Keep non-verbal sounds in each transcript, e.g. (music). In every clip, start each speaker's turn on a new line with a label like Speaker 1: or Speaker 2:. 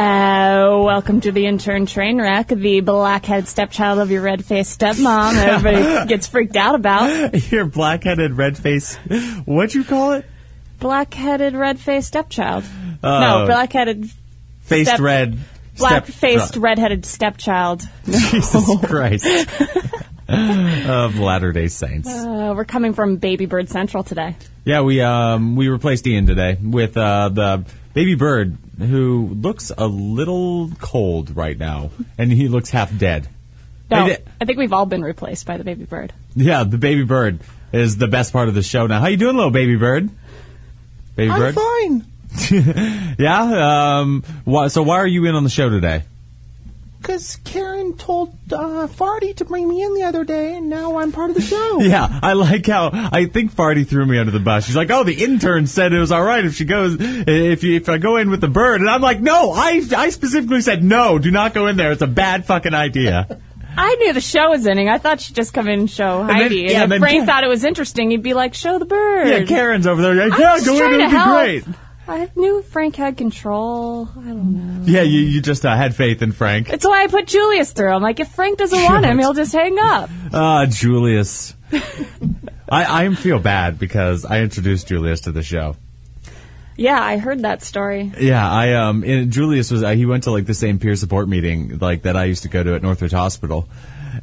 Speaker 1: Uh, welcome to the intern train wreck, the black-headed stepchild of your red-faced stepmom that everybody
Speaker 2: (laughs)
Speaker 1: gets freaked out about.
Speaker 2: Your black-headed red face. What'd you call it?
Speaker 1: Black-headed red-faced stepchild.
Speaker 2: Oh.
Speaker 1: no, black-headed,
Speaker 2: Faced
Speaker 1: Step-
Speaker 2: red.
Speaker 1: black-faced
Speaker 2: Step-
Speaker 1: red-headed stepchild.
Speaker 2: (laughs) Jesus Christ. of Latter Day Saints.
Speaker 1: Uh, we're coming from Baby Bird Central today.
Speaker 2: Yeah, we um we replaced Ian today with uh the baby bird who looks a little cold right now, and he looks half dead.
Speaker 1: No,
Speaker 2: Hey, th-
Speaker 1: I think we've all been replaced by the baby bird.
Speaker 2: Yeah, the baby bird is the best part of the show. Now, how you doing, little baby bird? Baby bird.
Speaker 3: fine.
Speaker 2: (laughs) Yeah. Um. Why, so why are you in on the show today?
Speaker 3: Because Karen told uh, Farty to bring me in the other day, and now I'm part of the show.
Speaker 2: (laughs) Yeah, I like how I think Farty threw me under the bus. She's like, "Oh, the intern said it was all right if she goes if you, if I go in with the bird," and I'm like, "No, I I specifically said no, do not go in there. It's a bad fucking idea."
Speaker 1: I knew the show was ending. I thought she'd just come in and show
Speaker 2: then-
Speaker 1: Heidi.
Speaker 2: yeah,
Speaker 1: and
Speaker 2: then
Speaker 1: if Frank
Speaker 2: Ka-
Speaker 1: thought it was interesting, he'd be like, "Show the bird."
Speaker 2: yeah, Karen's over there. Like,
Speaker 1: I'm
Speaker 2: yeah,
Speaker 1: just
Speaker 2: go in.
Speaker 1: trying
Speaker 2: It
Speaker 1: to
Speaker 2: would be
Speaker 1: help.
Speaker 2: great.
Speaker 1: I knew Frank had control. I don't know.
Speaker 2: Yeah, you you just uh, had faith in Frank.
Speaker 1: That's why I put Julius through. I'm like, if Frank doesn't want him, he'll just hang up.
Speaker 2: Ah, Julius. (laughs) I I feel bad because I introduced Julius to the show.
Speaker 1: Yeah, I heard that story.
Speaker 2: Yeah, I um, and Julius was uh, he went to like the same peer support meeting like that I used to go to at Northridge Hospital,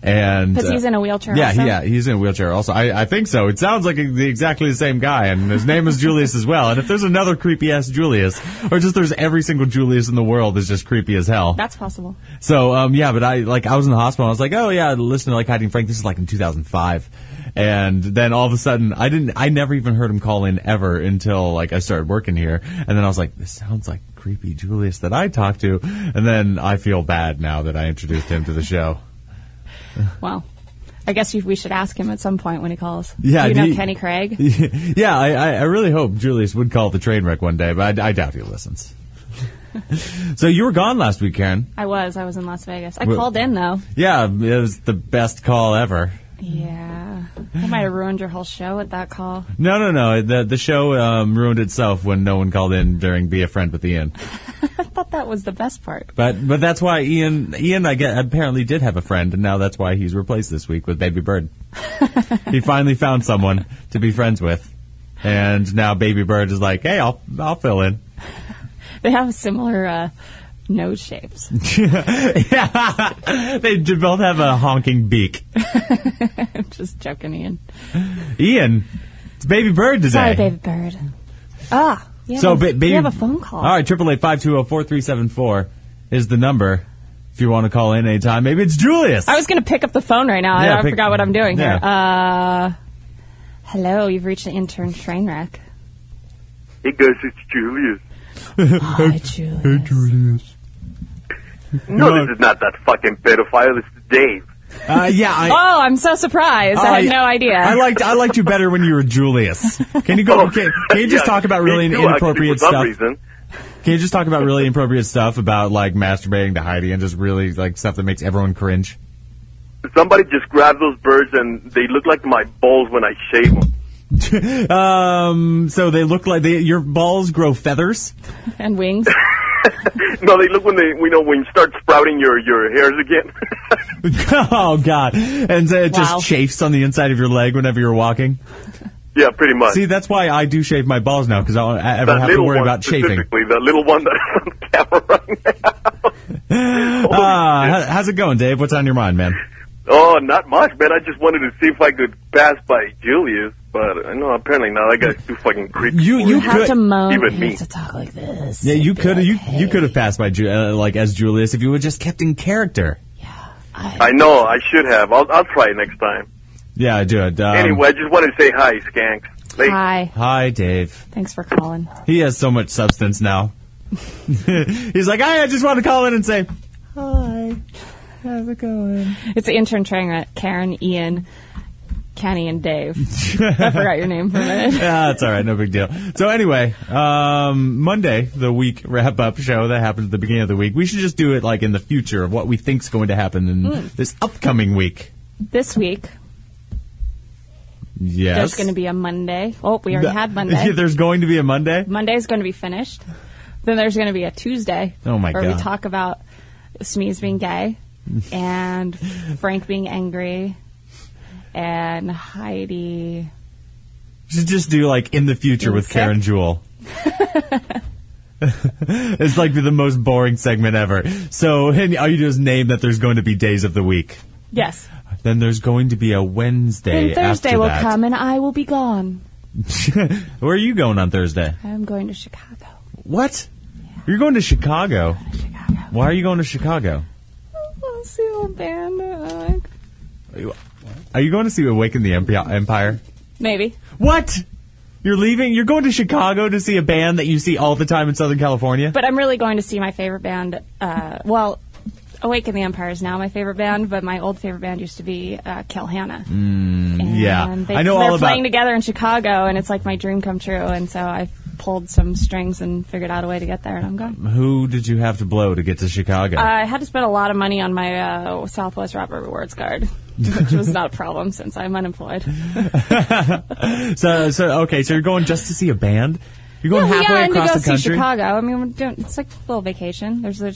Speaker 2: and uh,
Speaker 1: 'Cause he's in a wheelchair
Speaker 2: Yeah,
Speaker 1: also?
Speaker 2: yeah, he's in a wheelchair also. I, I think so. It sounds like the- exactly the same guy, and his name is Julius as well. And if there's another creepy ass Julius, or just there's every single Julius in the world is just creepy as hell.
Speaker 1: That's possible.
Speaker 2: So um, yeah, but I like I was in the hospital. and I was like, oh yeah, listen to like Hiding Frank. This is like in 2005, and then all of a sudden, I didn't. I never even heard him call in ever until like I started working here, and then I was like, this sounds like creepy Julius that I talked to, and then I feel bad now that I introduced him to the show. (laughs)
Speaker 1: Well, I guess we- we should ask him at some point when he calls.
Speaker 2: Yeah,
Speaker 1: do you
Speaker 2: do
Speaker 1: know
Speaker 2: you-
Speaker 1: Kenny Craig?
Speaker 2: yeah, I, I, I really hope Julius would call the train wreck one day, but I, I doubt he listens. so you were gone last week, Karen.
Speaker 1: I was. I was in Las Vegas. I
Speaker 2: Well-
Speaker 1: called in though.
Speaker 2: Yeah, it was the best call ever.
Speaker 1: Yeah, I might have ruined your whole show with that call.
Speaker 2: No, no, no. The the show um, ruined itself when no one called in during "Be a Friend" with Ian.
Speaker 1: I thought that was the best part.
Speaker 2: But but that's why Ian Ian I get apparently did have a friend, and now that's why he's replaced this week with
Speaker 1: (laughs)
Speaker 2: Baby Bird. he finally found someone to be friends with, and now Baby Bird is like, "Hey, I'll I'll fill in." (laughs)
Speaker 1: They have similar uh, nose shapes. (laughs)
Speaker 2: (laughs) they do both have a honking beak.
Speaker 1: I'm just joking, Ian.
Speaker 2: Ian, it's Baby Bird today.
Speaker 1: Sorry, baby bird. Ah, yeah.
Speaker 2: So, ba- baby,
Speaker 1: we have a phone call.
Speaker 2: All right, triple eight five two zero four three seven four is the number. If you want to call in anytime, maybe it's Julius.
Speaker 1: I was going to pick up the phone right now. I-
Speaker 2: Yeah,
Speaker 1: I,
Speaker 2: pick-
Speaker 1: forgot what I'm doing
Speaker 2: yeah.
Speaker 1: here. Uh, hello, you've reached the intern train wreck.
Speaker 4: Hey guys, it's Julius.
Speaker 1: Hi, Julie.
Speaker 4: No, this is not that fucking pedophile. This is Dave.
Speaker 2: Uh, yeah, I,
Speaker 1: (laughs) Oh, I'm so surprised. I had no idea.
Speaker 2: I liked I liked you better when you were Julius. Can you go? Can, can you just
Speaker 4: Oh, Yeah,
Speaker 2: talk about
Speaker 4: me
Speaker 2: really
Speaker 4: too,
Speaker 2: inappropriate
Speaker 4: actually, for
Speaker 2: stuff?
Speaker 4: some Reason.
Speaker 2: Can you just talk about really inappropriate stuff about like masturbating to Heidi and just really like stuff that makes everyone cringe?
Speaker 4: Somebody just grabbed those birds and they look like my balls when I shave them.
Speaker 2: Um, so they look like they, your balls grow feathers. (laughs)
Speaker 1: and wings.
Speaker 4: No, they look when they, we know, when you start sprouting your, your hairs again. (laughs)
Speaker 2: oh God! And so it
Speaker 1: Wow.
Speaker 2: just chafes on the inside of your leg whenever you're walking.
Speaker 4: yeah, pretty much.
Speaker 2: See, that's why I do shave my balls now because I don't e-, ever
Speaker 4: that
Speaker 2: have to
Speaker 4: little
Speaker 2: worry
Speaker 4: one
Speaker 2: about
Speaker 4: (laughs)
Speaker 2: shaving.
Speaker 4: specifically, that little one that's on camera right now.
Speaker 2: Ah, how- how's it going, Dave? What's on your mind, man?
Speaker 4: Oh, not much, man. I just wanted to see if I could pass by Julius, but I know apparently not. That guy's too fucking creepy.
Speaker 2: You-
Speaker 4: for
Speaker 2: you
Speaker 1: You
Speaker 4: it.
Speaker 1: have
Speaker 2: could-
Speaker 1: to moan.
Speaker 4: Even
Speaker 1: you
Speaker 4: me.
Speaker 1: have to talk like this.
Speaker 2: Yeah, you could
Speaker 1: Like,
Speaker 2: you
Speaker 1: hey,
Speaker 2: you could have passed by Ju- uh, like as Julius if you would just kept in character.
Speaker 4: I know. I should have. I'll, I'll try next time.
Speaker 2: Yeah, I do it. Um,
Speaker 4: anyway, I just wanted to say hi, skanks. Like,
Speaker 1: Hi.
Speaker 2: Hi, Dave.
Speaker 1: Thanks for calling.
Speaker 2: He has so much substance now. (laughs) He's like, I just want to call in and say, hi. How's it going?
Speaker 1: It's the intern train wreck. Karen, Ian, Kenny, and
Speaker 2: (laughs)
Speaker 1: Dave. I forgot your name for a minute.
Speaker 2: Yeah, "Ah, it's all right. No big deal. So anyway, um, Monday, the week wrap up show that happens at the beginning of the week. We should just do it like in the future of what we think's going to happen in this upcoming week.
Speaker 1: This week,
Speaker 2: Yes.
Speaker 1: there's going to be a Monday. Oh, we already
Speaker 2: (laughs)
Speaker 1: had Monday.
Speaker 2: Yeah, there's going to be a Monday.
Speaker 1: Monday's going to be finished. Then there's going to be a Tuesday.
Speaker 2: Oh, my
Speaker 1: where
Speaker 2: God.
Speaker 1: we talk about Smee's being
Speaker 2: (laughs)
Speaker 1: gay, and Frank being angry, and Heidi.
Speaker 2: Should just do like in the future with
Speaker 1: Sick. (laughs)
Speaker 2: Karen Jewel. (laughs) it's like the most boring segment ever. So and all you do is name that there's going to be days of the week.
Speaker 1: Yes.
Speaker 2: Then there's going to be a Wednesday.
Speaker 1: And Thursday
Speaker 2: after
Speaker 1: will
Speaker 2: that.
Speaker 1: come, and I will be gone.
Speaker 2: (laughs) Where are you going on Thursday?
Speaker 1: I'm going to Chicago.
Speaker 2: What? You're going to Chicago.
Speaker 1: Chicago.
Speaker 2: Why are you going to Chicago?
Speaker 1: I'll see a band. I like.
Speaker 2: Are you going to see Awaken the Empi- Empire?
Speaker 1: Maybe.
Speaker 2: What? You're leaving? You're going to Chicago to see a band that you see all the time in Southern California?
Speaker 1: But I'm really going to see my favorite band. Uh, well, Awaken the Empire is now my favorite band, but my old favorite band used to be uh, Kelhanna. Mm,
Speaker 2: yeah.
Speaker 1: they,
Speaker 2: I know
Speaker 1: they're
Speaker 2: all about-
Speaker 1: playing together in Chicago, and it's like my dream come true. And so I pulled some strings and figured out a way to get there, and I'm gone.
Speaker 2: Who did you have to blow to get to Chicago?
Speaker 1: I had to spend a lot of money on my uh, Southwest Rapper Rewards card, (laughs) which was not a problem since I'm unemployed.
Speaker 2: so, so okay, so you're going just to see a band? You're going
Speaker 1: yeah,
Speaker 2: halfway
Speaker 1: and to
Speaker 2: across
Speaker 1: go
Speaker 2: the country?
Speaker 1: see Chicago. I mean, we're doing, it's like a little vacation. There's a,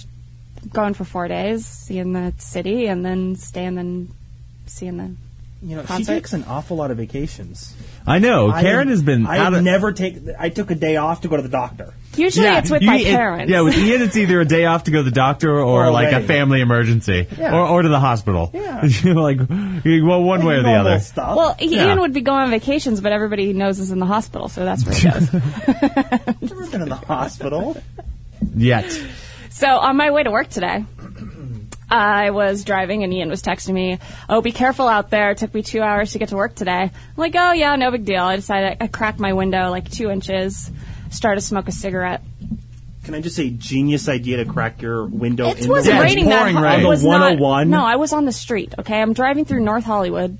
Speaker 1: going for four days, seeing the city, and then staying and seeing the.
Speaker 3: You know, she
Speaker 1: Concert?
Speaker 3: takes an awful lot of vacations.
Speaker 2: I know.
Speaker 3: I
Speaker 2: Karen has been
Speaker 3: I
Speaker 2: out of.
Speaker 3: never take. I took a day off to go to the doctor.
Speaker 1: Usually, it's with
Speaker 2: you-
Speaker 1: my
Speaker 2: it-
Speaker 1: parents.
Speaker 2: yeah, with Ian, it's either a day off to go to the doctor or,
Speaker 3: Or
Speaker 2: like a
Speaker 3: away.
Speaker 2: family emergency
Speaker 3: Yeah.
Speaker 2: or, or to the hospital. (laughs)
Speaker 3: Yeah.
Speaker 2: You're like, you- well, one way or the
Speaker 3: Normal
Speaker 2: other.
Speaker 3: Stuff.
Speaker 1: (laughs) well, I-
Speaker 2: Yeah.
Speaker 1: Ian would be going on vacations, but everybody he knows is in the hospital, so that's where he
Speaker 2: (laughs)
Speaker 1: goes.
Speaker 3: never been (laughs) in the hospital.
Speaker 2: Yet.
Speaker 1: so on my way to work today, I was driving and Ian was texting me, "Oh, be careful out there." It took me two hours to get to work today. I'm like, "Oh yeah, no big deal." I decided I cracked my window like two inches, started to smoke a cigarette,
Speaker 3: Can I just say, genius idea to crack your window
Speaker 1: It
Speaker 3: in
Speaker 1: was
Speaker 3: the oh
Speaker 2: Yeah, it's
Speaker 1: raining that
Speaker 2: pouring
Speaker 1: hard.
Speaker 2: rain.
Speaker 1: It was
Speaker 3: On the
Speaker 1: not-
Speaker 3: 101?
Speaker 1: No, I was on the street. Okay, I'm driving through North Hollywood,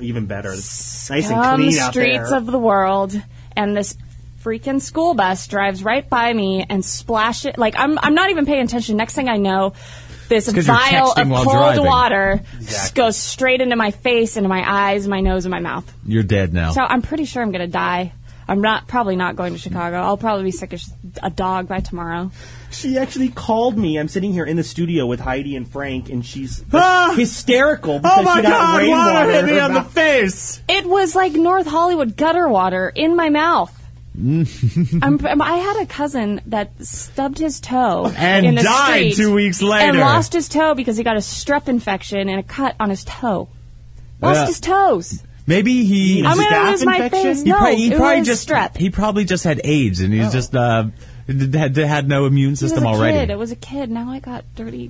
Speaker 3: even better. It's nice and
Speaker 1: on the
Speaker 3: clean out
Speaker 1: streets
Speaker 3: there.
Speaker 1: of the world, and this freaking school bus drives right by me and splash it. Like I'm, I'm not even paying attention. Next thing I know, this
Speaker 2: 'cause you're
Speaker 1: vial
Speaker 2: texting
Speaker 1: of
Speaker 2: while
Speaker 1: cold
Speaker 2: driving.
Speaker 1: water
Speaker 3: Exactly.
Speaker 1: goes straight into my face, into my eyes, my nose, and my mouth.
Speaker 2: You're dead now.
Speaker 1: So I'm pretty sure I'm gonna die. I'm not probably not going to Chicago. I'll probably be sick as a dog by tomorrow.
Speaker 3: She actually called me. I'm sitting here in the studio with Heidi and Frank, and she's
Speaker 2: Ah!
Speaker 3: hysterical because
Speaker 2: oh my
Speaker 3: she got
Speaker 2: god,
Speaker 3: rainwater
Speaker 2: water hit
Speaker 3: in
Speaker 2: me
Speaker 3: her
Speaker 2: on the
Speaker 3: mouth.
Speaker 2: face!
Speaker 1: It was like North Hollywood gutter water in my
Speaker 2: (laughs)
Speaker 1: mouth. I'm, I had a cousin that stubbed his toe
Speaker 2: And
Speaker 1: in the
Speaker 2: died
Speaker 1: street
Speaker 2: two weeks
Speaker 1: and
Speaker 2: later.
Speaker 1: lost his toe because he got a strep infection and a cut on his toe. Lost
Speaker 2: Yeah.
Speaker 1: his toes.
Speaker 2: Maybe he.
Speaker 1: I'm gonna
Speaker 3: Staph
Speaker 1: lose my
Speaker 3: infection?
Speaker 1: face.
Speaker 3: He
Speaker 1: No,
Speaker 2: probably, he
Speaker 1: it
Speaker 2: probably
Speaker 1: was
Speaker 2: just
Speaker 1: strep.
Speaker 2: he probably just had AIDS and he's just uh, d- had, had no
Speaker 1: He
Speaker 2: immune
Speaker 1: was
Speaker 2: system
Speaker 1: a
Speaker 2: already.
Speaker 1: kid. It was a kid. Now I got dirty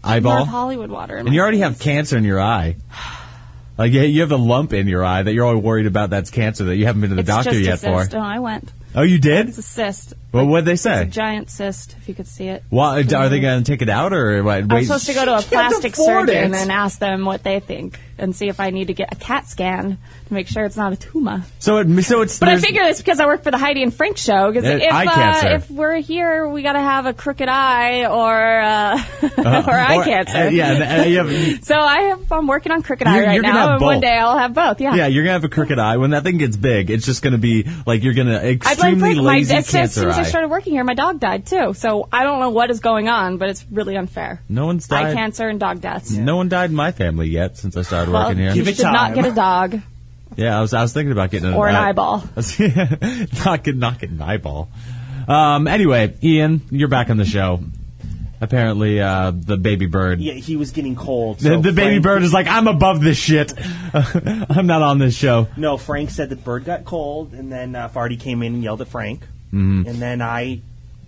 Speaker 1: North
Speaker 2: Eyeball,
Speaker 1: Hollywood water. In
Speaker 2: and
Speaker 1: my
Speaker 2: you already
Speaker 1: face.
Speaker 2: have cancer in your eye. Like you- you have a lump in your eye that you're all worried about. That's cancer that you haven't been to the
Speaker 1: it's
Speaker 2: doctor
Speaker 1: just a
Speaker 2: yet for.
Speaker 1: cyst. Oh, I went.
Speaker 2: Oh, you did?
Speaker 1: It's a cyst.
Speaker 2: Well, what'd they
Speaker 1: It's a
Speaker 2: say?
Speaker 1: giant cyst. If you could see it.
Speaker 2: Why are they going to take it out or what?
Speaker 1: I'm
Speaker 2: Wait,
Speaker 1: supposed to go
Speaker 2: (laughs)
Speaker 1: to a plastic
Speaker 3: afford
Speaker 1: surgeon
Speaker 3: it.
Speaker 1: and ask them what they think and see if I need to get a CAT scan to make sure it's not a tumor.
Speaker 2: so it, so it's
Speaker 1: But I
Speaker 2: there's-
Speaker 1: figure that's because I work for the Heidi and Frank show. Because
Speaker 2: Uh,
Speaker 1: if
Speaker 2: eye
Speaker 1: uh,
Speaker 2: cancer.
Speaker 1: if we're here, we got to have a crooked eye or uh, (laughs) or eye
Speaker 2: or-
Speaker 1: cancer.
Speaker 2: uh, yeah, and, uh, you have-
Speaker 1: So I have, I'm working on crooked
Speaker 2: You're-
Speaker 1: eye right
Speaker 2: you're gonna have
Speaker 1: now, and one
Speaker 2: both.
Speaker 1: day I'll have both. Yeah.
Speaker 2: Yeah, you're gonna have a crooked eye. When that thing gets big, it's just gonna be like you're gonna
Speaker 1: I blame
Speaker 2: extremely
Speaker 1: Frank. My, as
Speaker 2: lazy
Speaker 1: soon as
Speaker 2: cancer
Speaker 1: soon as I
Speaker 2: eye.
Speaker 1: started working here, my dog died too. So I don't know what is going on, but it's really unfair.
Speaker 2: No one's
Speaker 1: Eye
Speaker 2: died.
Speaker 1: cancer and dog deaths.
Speaker 2: No one died in my family yet since I started
Speaker 1: Well,
Speaker 2: working
Speaker 1: you
Speaker 2: here.
Speaker 3: Give it
Speaker 1: should not
Speaker 3: time.
Speaker 1: get a dog.
Speaker 2: yeah, I was I was thinking about getting an,
Speaker 1: Or an
Speaker 2: uh,
Speaker 1: eyeball.
Speaker 2: (laughs) not get not getting an eyeball. Um. Anyway, Ian, you're back on the show. Apparently, uh, the baby bird.
Speaker 3: Yeah, he was getting cold.
Speaker 2: The,
Speaker 3: so
Speaker 2: the baby
Speaker 3: Frank-
Speaker 2: bird is like, I'm above this shit. (laughs) I'm not on this show.
Speaker 3: No, Frank said the bird got cold, and then uh, Farty came in and yelled at Frank, and then I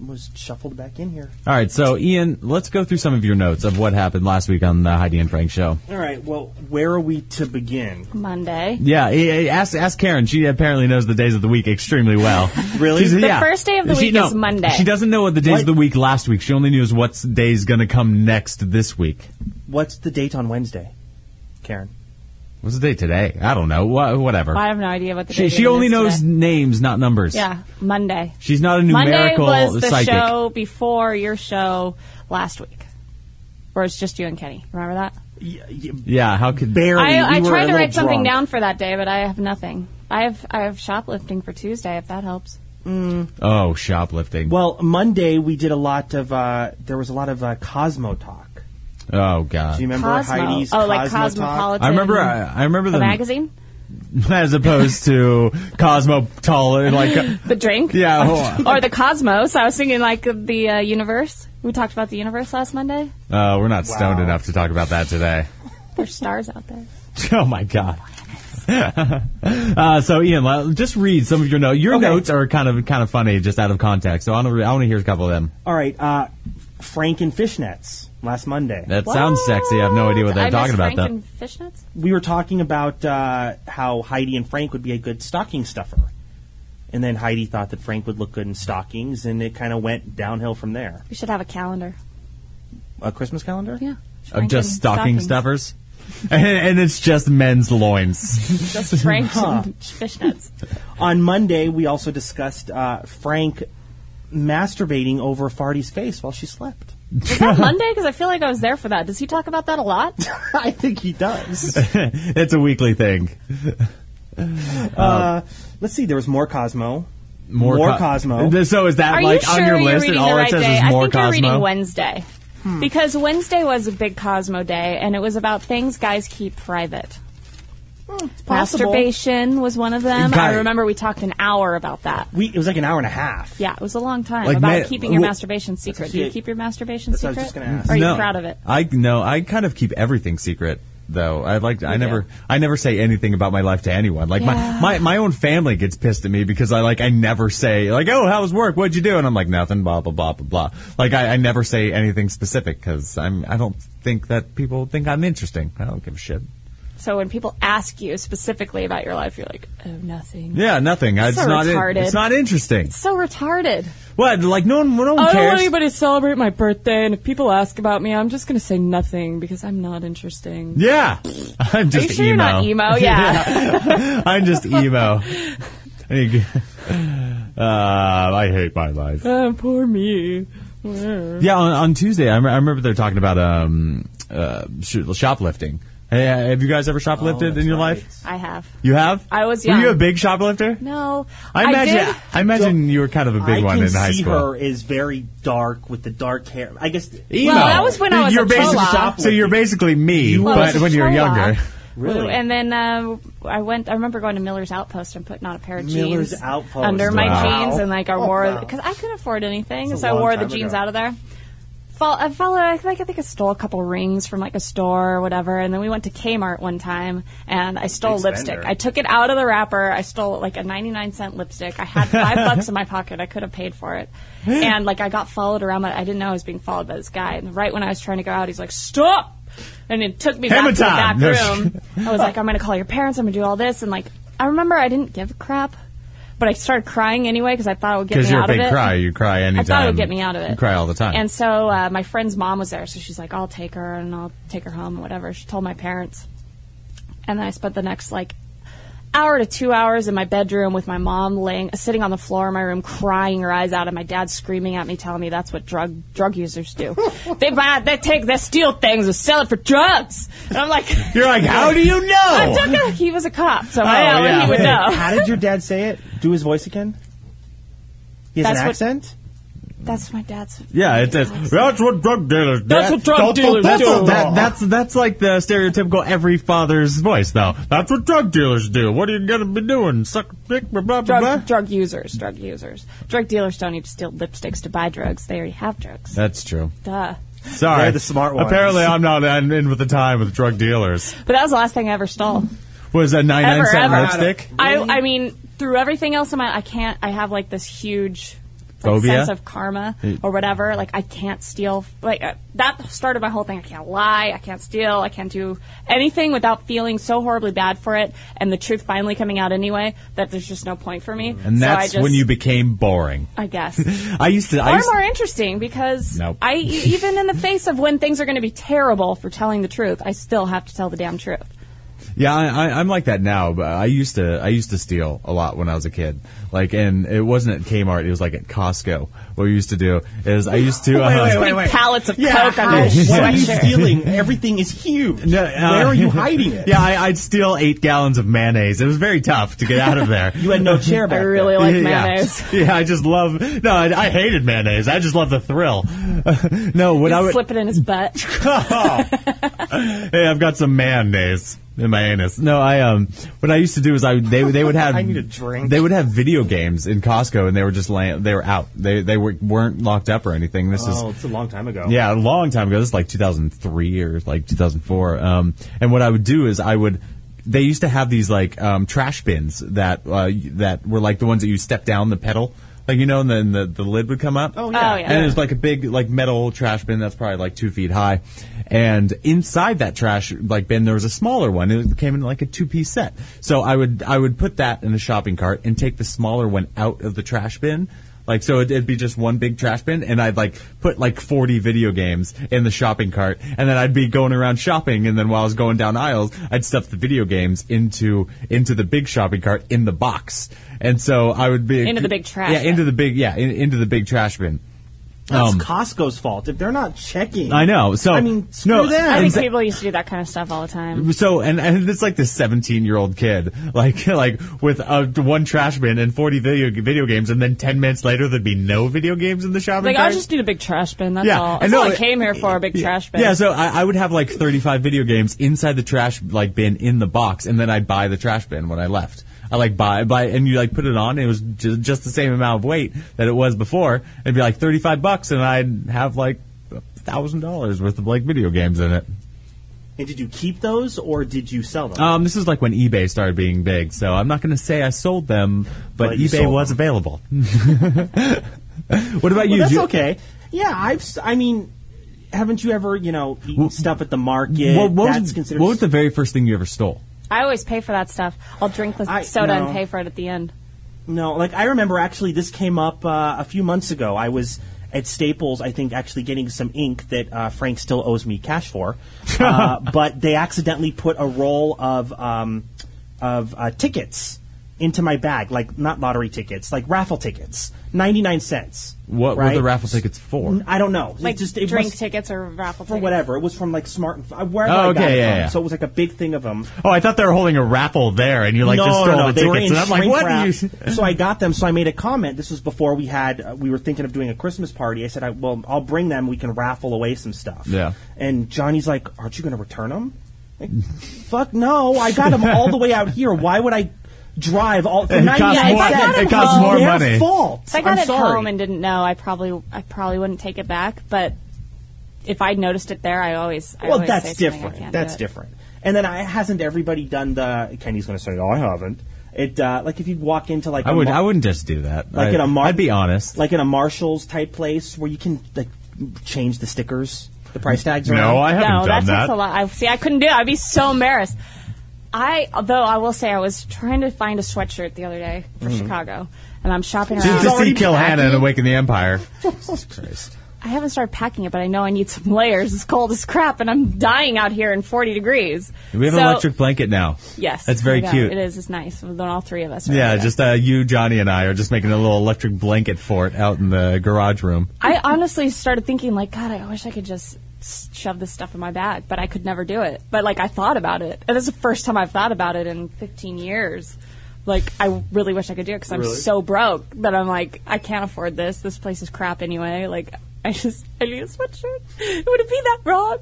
Speaker 3: was shuffled back in here.
Speaker 2: All right, so Ian, let's go through some of your notes of what happened last week on the Heidi and Frank show.
Speaker 3: All right, well, where are we to begin?
Speaker 1: Monday.
Speaker 2: Yeah, eh, eh, ask ask Karen. She apparently knows the days of the week
Speaker 1: (laughs)
Speaker 2: extremely well.
Speaker 3: Really?
Speaker 2: She's-
Speaker 1: The first day of the
Speaker 2: She-
Speaker 1: week
Speaker 2: no,
Speaker 1: is Monday.
Speaker 2: She doesn't know what the days
Speaker 3: What?
Speaker 2: of the week last week. She only knows what day's going to come next this week.
Speaker 3: What's the date on Wednesday, Karen?
Speaker 2: What's the day today? I don't know. Wha- whatever.
Speaker 1: I have no idea what the
Speaker 2: She,
Speaker 1: date
Speaker 2: she
Speaker 1: it
Speaker 2: only
Speaker 1: is
Speaker 2: knows
Speaker 1: today.
Speaker 2: names, not numbers.
Speaker 1: Yeah, Monday.
Speaker 2: She's not a
Speaker 1: Monday
Speaker 2: numerical
Speaker 1: was the
Speaker 2: psychic.
Speaker 1: show before your show last week, where it's just you and Kenny. Remember that?
Speaker 3: Y- y-
Speaker 2: Yeah, how could
Speaker 3: barely.
Speaker 1: I, I
Speaker 3: we were a
Speaker 1: tried to
Speaker 3: little
Speaker 1: write something
Speaker 3: drunk.
Speaker 1: down for that day, but I have nothing. I have I have shoplifting for Tuesday. If that helps.
Speaker 2: Oh, shoplifting.
Speaker 3: Well, Monday we did a lot of. Uh, there was a lot of uh, Cosmo talk.
Speaker 2: oh
Speaker 3: Do
Speaker 2: god.
Speaker 3: you remember
Speaker 1: Cosmo.
Speaker 3: Heidi's
Speaker 1: oh, like
Speaker 3: Cosmo Talk?
Speaker 1: Cosmopolitan.
Speaker 2: I remember. uh, I, I remember
Speaker 1: the
Speaker 2: the
Speaker 1: magazine,
Speaker 2: (laughs) as opposed to Cosmopolitan.
Speaker 3: (laughs)
Speaker 2: Like, uh,
Speaker 1: the drink,
Speaker 2: yeah. oh, hold
Speaker 1: or the Cosmos. I was thinking like the uh, universe. We talked about the universe last Monday.
Speaker 2: on. Uh, we're not stoned
Speaker 3: Wow.
Speaker 2: enough to talk about that today. (laughs)
Speaker 1: There's stars out there.
Speaker 2: Oh my god. (laughs) uh, so Ian, la- just read some of your notes. Your
Speaker 3: Okay.
Speaker 2: notes are kind of kind of funny, just out of context. So I want to I want to hear a couple of them.
Speaker 3: All right, uh, Frank and fishnets last Monday.
Speaker 2: That sounds sexy. I have no idea what they're
Speaker 1: I
Speaker 2: talking
Speaker 1: miss
Speaker 2: about.
Speaker 1: Frank
Speaker 2: though.
Speaker 1: and fishnets.
Speaker 3: we were talking about uh, how Heidi and Frank would be a good stocking stuffer. And then Heidi thought that Frank would look good in stockings, and it kind of went downhill from there.
Speaker 1: We should have a calendar.
Speaker 3: A Christmas calendar?
Speaker 1: Yeah.
Speaker 2: of
Speaker 1: Frank
Speaker 2: just
Speaker 1: and
Speaker 2: stocking
Speaker 1: stockings. (laughs)
Speaker 2: stuffers. and, and it's just men's loins. (laughs)
Speaker 1: Just Frank and (laughs) fishnets.
Speaker 3: On Monday, we also discussed uh, Frank masturbating over Farty's face while she slept. (laughs)
Speaker 1: Was that Monday? Because I feel like I was there for that. Does he talk about that a
Speaker 2: (laughs)
Speaker 1: lot?
Speaker 3: I think he does.
Speaker 2: Uh, it's a weekly thing.
Speaker 3: uh, let's see, there was more Cosmo.
Speaker 2: More,
Speaker 3: More
Speaker 2: co-
Speaker 3: Cosmo.
Speaker 2: Th- So is that
Speaker 1: Are
Speaker 2: like
Speaker 1: you sure
Speaker 2: on your
Speaker 1: you're
Speaker 2: list?
Speaker 1: reading
Speaker 2: and all
Speaker 1: the right
Speaker 2: it says
Speaker 1: day?
Speaker 2: is
Speaker 1: I
Speaker 2: more
Speaker 1: think
Speaker 2: Cosmo.
Speaker 1: you're reading Wednesday. Because Wednesday was a big Cosmo day, and it was about things guys keep private.
Speaker 3: possible.
Speaker 1: Masturbation was one of them.
Speaker 2: Guy-
Speaker 1: I remember we talked an hour about that.
Speaker 3: We, it was like an hour and a half.
Speaker 1: Yeah, it was a long time
Speaker 2: Like,
Speaker 1: about
Speaker 2: ma-
Speaker 1: keeping your
Speaker 2: well-
Speaker 1: masturbation secret. Do you
Speaker 3: actually-
Speaker 1: keep your masturbation
Speaker 3: That's what I
Speaker 1: secret?
Speaker 3: was just gonna ask.
Speaker 1: Are you
Speaker 2: No.
Speaker 1: proud of it?
Speaker 2: I no, I kind of keep everything secret though. I like I never I never say anything about my life to anyone. Like
Speaker 1: Yeah.
Speaker 2: my, my my own family gets pissed at me because I like I never say like oh how was work what'd you do and I'm like nothing blah blah blah blah blah. Like I, I never say anything specific because I'm I don't think that people think I'm interesting. I don't give a shit.
Speaker 1: So when people ask you specifically about your life, you're like, oh, nothing.
Speaker 2: Yeah, nothing. It's,
Speaker 1: So
Speaker 2: not
Speaker 1: retarded.
Speaker 2: it's not interesting.
Speaker 1: So retarded.
Speaker 2: What like no one no one
Speaker 1: I don't
Speaker 2: cares.
Speaker 1: want anybody to celebrate my birthday, and if people ask about me, I'm just going to say nothing because I'm not interesting.
Speaker 2: yeah, (laughs) I'm
Speaker 1: Are
Speaker 2: just
Speaker 1: you sure you're not
Speaker 3: (laughs)
Speaker 1: emo? Yeah.
Speaker 2: (laughs) I'm
Speaker 1: (laughs)
Speaker 2: just emo. uh, (laughs) I hate my life.
Speaker 1: Uh, poor me.
Speaker 2: Yeah, on, on Tuesday, I, rem- I remember they're talking about um, uh, sh- shoplifting. Hey, uh, have you guys ever
Speaker 3: Oh,
Speaker 2: shoplifted
Speaker 3: that's
Speaker 2: in your
Speaker 3: right.
Speaker 2: life?
Speaker 1: I have.
Speaker 2: You have.
Speaker 1: I was
Speaker 2: Were you a
Speaker 1: young.
Speaker 2: big shoplifter?
Speaker 1: No.
Speaker 2: I imagine.
Speaker 1: did.
Speaker 2: I imagine you were kind of a big
Speaker 3: I
Speaker 2: one
Speaker 3: can
Speaker 2: in high
Speaker 3: see
Speaker 2: school.
Speaker 3: her is very dark with the dark hair. I guess
Speaker 2: Emo.
Speaker 1: Well, that was when I was
Speaker 2: you're
Speaker 1: a
Speaker 2: basically,
Speaker 1: chola.
Speaker 2: So you're basically me,
Speaker 1: Well, I
Speaker 2: but
Speaker 1: was a
Speaker 2: when you're
Speaker 1: chola.
Speaker 2: younger.
Speaker 3: Really?
Speaker 1: And then uh, I went. I remember going to Miller's Outpost and putting on a pair of
Speaker 3: Miller's
Speaker 1: jeans
Speaker 3: Outpost.
Speaker 1: under my
Speaker 3: Wow.
Speaker 1: jeans, and like I
Speaker 3: Oh,
Speaker 1: wore
Speaker 3: wow.
Speaker 1: because I couldn't afford anything,
Speaker 3: That's a
Speaker 1: so I
Speaker 3: long
Speaker 1: wore the
Speaker 3: time
Speaker 1: jeans
Speaker 3: ago.
Speaker 1: out of there. Fall, I followed. I think I think I stole a couple rings from like a store or whatever, and then we went to Kmart one time, and I stole
Speaker 3: Big
Speaker 1: lipstick.
Speaker 3: spender.
Speaker 1: I took it out of the wrapper. I stole like a ninety-nine cent lipstick. I had
Speaker 2: (laughs)
Speaker 1: five bucks in my pocket. I could have paid for
Speaker 2: (gasps)
Speaker 1: it, and like I got followed around. But I didn't know I was being followed by this guy. And right when I was trying to go out, he's like, "Stop!" And it took me
Speaker 2: Hammer
Speaker 1: back to the
Speaker 2: time.
Speaker 1: back
Speaker 2: (laughs) No,
Speaker 1: room. I was like, I'm going to call your parents. I'm going to do all this. And like, I remember I didn't give a crap, but I started crying anyway because I thought it would get me
Speaker 2: Because you're a
Speaker 1: out of
Speaker 2: big
Speaker 1: it.
Speaker 2: cry, you cry anytime.
Speaker 1: I thought it would get me out of it.
Speaker 2: You cry all the time.
Speaker 1: And so uh, my friend's mom was there, so she's like, I'll take her and I'll take her home, whatever. She told my parents. And then I spent the next like hour to two hours in my bedroom with my mom laying, sitting on the floor in my room, crying her eyes out, and my dad screaming at me, telling me that's what drug drug users
Speaker 2: (laughs)
Speaker 1: do. they buy, they take, they steal things and sell it for drugs. And I'm like,
Speaker 2: you're like, how do you know?
Speaker 1: I took it. He was a cop, so by
Speaker 2: Oh,
Speaker 1: now
Speaker 2: yeah.
Speaker 1: he would know.
Speaker 3: How did your dad say it? Do his voice again. He has
Speaker 1: That's
Speaker 3: an
Speaker 1: what-
Speaker 3: accent.
Speaker 1: That's my dad's.
Speaker 2: Yeah, it says that's what drug dealers. do."
Speaker 1: That's what drug dealers do.
Speaker 2: That, that's that's like the stereotypical every father's voice, though. That's what drug dealers do. What are you gonna be doing? Suck a dick, blah blah
Speaker 1: Drug,
Speaker 2: blah. blah.
Speaker 1: drug users, drug users. Drug dealers don't need to steal lipsticks to buy drugs. They already have drugs.
Speaker 2: That's true.
Speaker 1: Duh.
Speaker 2: Sorry,
Speaker 3: They're the smart ones.
Speaker 2: Apparently, I'm not I'm in with the time with drug dealers.
Speaker 1: But that was the last thing I ever stole.
Speaker 2: Was a nine nine
Speaker 1: Ever,
Speaker 2: cent
Speaker 1: ever.
Speaker 2: lipstick?
Speaker 1: I, I mean, through everything else in my, I can't. I have like this huge like,
Speaker 2: Phobia?
Speaker 1: sense of karma or whatever. Like I can't steal. Like uh, that started my whole thing. I can't lie. I can't steal. I can't do anything without feeling so horribly bad for it, and the truth finally coming out anyway. That there's just no point for me.
Speaker 2: And
Speaker 1: So I
Speaker 2: that's
Speaker 1: just-
Speaker 2: when you became boring.
Speaker 1: I
Speaker 2: (laughs)
Speaker 1: guess.
Speaker 2: I used to. I
Speaker 1: Far
Speaker 2: used
Speaker 1: more interesting because
Speaker 2: Nope.
Speaker 1: I
Speaker 3: (laughs)
Speaker 1: e- even in the face of when things are going to be terrible for telling the truth, I still have to tell the damn truth.
Speaker 2: Yeah, I, I, I'm like that now, but I used to I used to steal a lot when I was a kid. Like, and it wasn't at Kmart; it was like at Costco. What we used to do is I used to.
Speaker 3: Wait,
Speaker 2: uh,
Speaker 3: wait, wait,
Speaker 2: (laughs)
Speaker 1: Big
Speaker 3: wait.
Speaker 1: pallets of
Speaker 3: Yeah,
Speaker 1: coke on your
Speaker 3: how- what are you
Speaker 1: sweatshirt.
Speaker 3: stealing? Everything is huge.
Speaker 2: Oh, No, uh,
Speaker 3: Where
Speaker 2: (laughs)
Speaker 3: are you hiding it?
Speaker 2: Yeah, I, I'd steal eight gallons of mayonnaise. It was very tough to get out of there.
Speaker 3: (laughs) You had no chair
Speaker 1: I
Speaker 3: back
Speaker 1: really
Speaker 3: then.
Speaker 1: like
Speaker 2: (laughs) yeah.
Speaker 1: mayonnaise.
Speaker 2: Yeah, I just love. No, I, I hated mayonnaise. I just love the thrill. (laughs) no, what I would.
Speaker 1: Slip it in his
Speaker 3: (laughs)
Speaker 1: butt.
Speaker 2: hey, I've got some mayonnaise in my anus. No, I um, what I used to do is I they they
Speaker 3: (laughs)
Speaker 2: would have
Speaker 3: I need a drink.
Speaker 2: They would have video games in Costco, and they were just laying, they were out. They they were, weren't locked up or anything. This is
Speaker 3: Oh, it's a long time ago.
Speaker 2: yeah, a long time ago. This is like 2003 or like 2004. Um, and what I would do is I would. They used to have these like um, trash bins that uh, that were like the ones that you step down the pedal, like you know, and then the, the lid would come up.
Speaker 3: Oh, yeah.
Speaker 1: Oh, yeah.
Speaker 2: And it was like a big like metal trash bin that's probably like two feet high, and inside that trash like bin there was a smaller one. It came in like a two piece set. So I would I would put that in a shopping cart and take the smaller one out of the trash bin. Like so, it'd, it'd be just one big trash bin, and I'd like put like forty video games in the shopping cart, and then I'd be going around shopping, and then while I was going down aisles, I'd stuff the video games into into the big shopping cart in the box, and so I would be
Speaker 1: Into the big trash
Speaker 2: yeah, into the big yeah, in, into the big trash bin.
Speaker 3: That's
Speaker 2: Um,
Speaker 3: Costco's fault if they're not checking.
Speaker 2: I know. So
Speaker 3: I mean, screw
Speaker 2: no,
Speaker 3: them.
Speaker 1: I think
Speaker 2: exa-
Speaker 1: people used to do that kind of stuff all the time.
Speaker 2: so and, and it's like this 17 year old kid (laughs) like like with uh, one trash bin and 40 video video games and then 10 minutes later there'd be no video games in the shopping
Speaker 1: Like,
Speaker 2: cart.
Speaker 1: I just need a big trash bin. That's
Speaker 2: Yeah,
Speaker 1: all.
Speaker 2: and
Speaker 1: That's
Speaker 2: no,
Speaker 1: all I
Speaker 2: it-
Speaker 1: came here for, a big trash bin.
Speaker 2: Yeah, so I, I would have like 35 video games inside the trash like bin in the box, and then I'd buy the trash bin when I left. I like buy buy, and you like put it on. It was ju- just the same amount of weight that it was before. It'd be like 35 bucks, and I'd have like thousand dollars worth of like video games in it.
Speaker 3: and did you keep those or did you sell them?
Speaker 2: Um, this is like when eBay started being big, so I'm not going to say I sold them, but,
Speaker 3: But you
Speaker 2: eBay
Speaker 3: sold
Speaker 2: was available. (laughs) what about
Speaker 3: Well,
Speaker 2: you?
Speaker 3: that's
Speaker 2: Do you-
Speaker 3: okay. Yeah, I've. s- I mean, haven't you ever, you know, eaten stuff at the market?
Speaker 2: What, what,
Speaker 3: that's
Speaker 2: was,
Speaker 3: considered.
Speaker 2: what was the very first thing you ever stole?
Speaker 1: I always pay for that stuff. I'll drink the
Speaker 3: I-
Speaker 1: soda
Speaker 3: no.
Speaker 1: and pay for it at the end.
Speaker 3: No, like I remember actually this came up uh, a few months ago. I was at Staples, I think, actually getting some ink that uh, Frank still owes me cash
Speaker 2: (laughs)
Speaker 3: for, uh, but they accidentally put a roll of um, of uh, tickets into my bag, like not lottery tickets, like raffle tickets, ninety nine cents.
Speaker 2: What
Speaker 3: right?
Speaker 2: were the raffle tickets for?
Speaker 3: I don't know. It
Speaker 1: Like
Speaker 3: just it
Speaker 1: drink
Speaker 3: must-
Speaker 1: tickets or raffle
Speaker 3: for
Speaker 1: tickets.
Speaker 3: whatever. It was from like smart and F- wherever
Speaker 2: Oh,
Speaker 3: I got
Speaker 2: okay,
Speaker 3: it
Speaker 2: yeah,
Speaker 3: from.
Speaker 2: yeah.
Speaker 3: So it was like a big thing of them.
Speaker 2: Oh, I thought they were holding a raffle there, and you like
Speaker 3: no,
Speaker 2: just stole
Speaker 3: no, no,
Speaker 2: the
Speaker 3: they were
Speaker 2: tickets.
Speaker 3: in
Speaker 2: And I'm like,
Speaker 3: shrink
Speaker 2: what?
Speaker 3: wrap.
Speaker 2: Are you? (laughs)
Speaker 3: so I got them. So I made a comment. This was before we had uh, we were thinking of doing a Christmas party. I said, I, "Well, I'll bring them. We can raffle away some stuff."
Speaker 2: Yeah.
Speaker 3: And Johnny's like, "Aren't you going to return them?" Like, Fuck no! I got them all the way out here. Why would I drive all? for
Speaker 2: It
Speaker 3: 99
Speaker 2: costs
Speaker 1: more-
Speaker 3: cents?
Speaker 1: it costs more
Speaker 3: Their
Speaker 2: money.
Speaker 3: Fault.
Speaker 1: If I got
Speaker 3: I'm
Speaker 1: it
Speaker 3: sorry.
Speaker 1: home and didn't know, I probably I probably wouldn't take it back. But if I noticed it there, I always I
Speaker 3: well,
Speaker 1: always
Speaker 3: that's
Speaker 1: say something, I
Speaker 3: different.
Speaker 1: can't
Speaker 3: That's
Speaker 1: do it.
Speaker 3: different. And then I, hasn't everybody done the? Kenny's going to say, "No, I haven't." It uh, like if you walk into like
Speaker 2: I
Speaker 3: a
Speaker 2: would.
Speaker 3: mar-
Speaker 2: I wouldn't just do that.
Speaker 3: Like
Speaker 2: I,
Speaker 3: in a mar-
Speaker 2: I'd be honest.
Speaker 3: like in a Marshalls type place where you can like change the stickers, the price tags.
Speaker 2: no,
Speaker 3: around.
Speaker 2: I haven't
Speaker 1: No,
Speaker 2: done
Speaker 1: that
Speaker 2: that.
Speaker 1: takes a lot. I see. I couldn't do it. I'd be so embarrassed. I though I will say I was trying to find a sweatshirt the other day for
Speaker 2: Mm.
Speaker 1: Chicago, and I'm shopping
Speaker 2: Just
Speaker 1: around.
Speaker 2: to see
Speaker 3: already
Speaker 2: Kill
Speaker 3: packing.
Speaker 2: Hannah and Awaken the Empire.
Speaker 1: I haven't started packing it, but I know I need some (laughs) layers. It's cold as crap, and I'm dying out here in 40 degrees.
Speaker 2: We have
Speaker 1: so,
Speaker 2: an electric blanket now.
Speaker 1: Yes,
Speaker 2: that's very
Speaker 1: I know.
Speaker 2: cute.
Speaker 1: It is. It's nice. Then all three of us. Are
Speaker 2: Yeah,
Speaker 1: under it.
Speaker 2: just uh, you, Johnny, and I are just making a little electric blanket fort out in the garage room.
Speaker 1: I honestly started thinking, like, God, I wish I could just s- shove this stuff in my bag, but I could never do it. But, like, I thought about it. And this is the first time I've thought about it in 15 years. Like, I really wish I could do it because I'm so broke that I'm like, I can't afford this. This place is crap anyway. Like, I just, I need a sweatshirt. (laughs) It wouldn't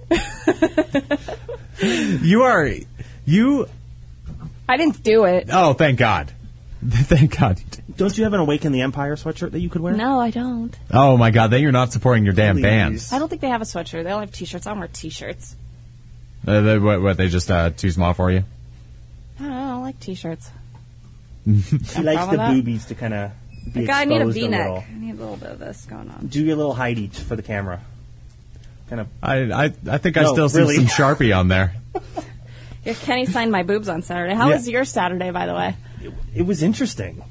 Speaker 1: be that wrong.
Speaker 2: You are, you.
Speaker 1: (laughs) I didn't do it.
Speaker 2: Oh, thank God, (laughs) thank God.
Speaker 3: Don't you have an Awaken the Empire sweatshirt that you could wear?
Speaker 1: No, I don't.
Speaker 2: Oh my God, then you're not supporting your damn
Speaker 3: Please.
Speaker 2: bands.
Speaker 1: I don't think they have a sweatshirt. They all have t-shirts. I don't wear t-shirts.
Speaker 2: Uh, they, what, what? They just uh, too small for you?
Speaker 1: I don't, know, I don't like t-shirts.
Speaker 3: He likes the
Speaker 1: problem with that.
Speaker 3: boobies to kind of be
Speaker 1: Like, I need a
Speaker 3: exposed
Speaker 1: V-neck.
Speaker 3: little.
Speaker 1: I need a little bit of this going on.
Speaker 3: Do your little Heidi t- for the camera. Kind of.
Speaker 2: I I, I think I
Speaker 3: No,
Speaker 2: still see
Speaker 3: really.
Speaker 2: some Sharpie on (laughs) there.
Speaker 1: Yeah, Kenny signed my boobs on Saturday. How
Speaker 3: Yeah.
Speaker 1: was your Saturday, by the way?
Speaker 3: It was interesting. Mm.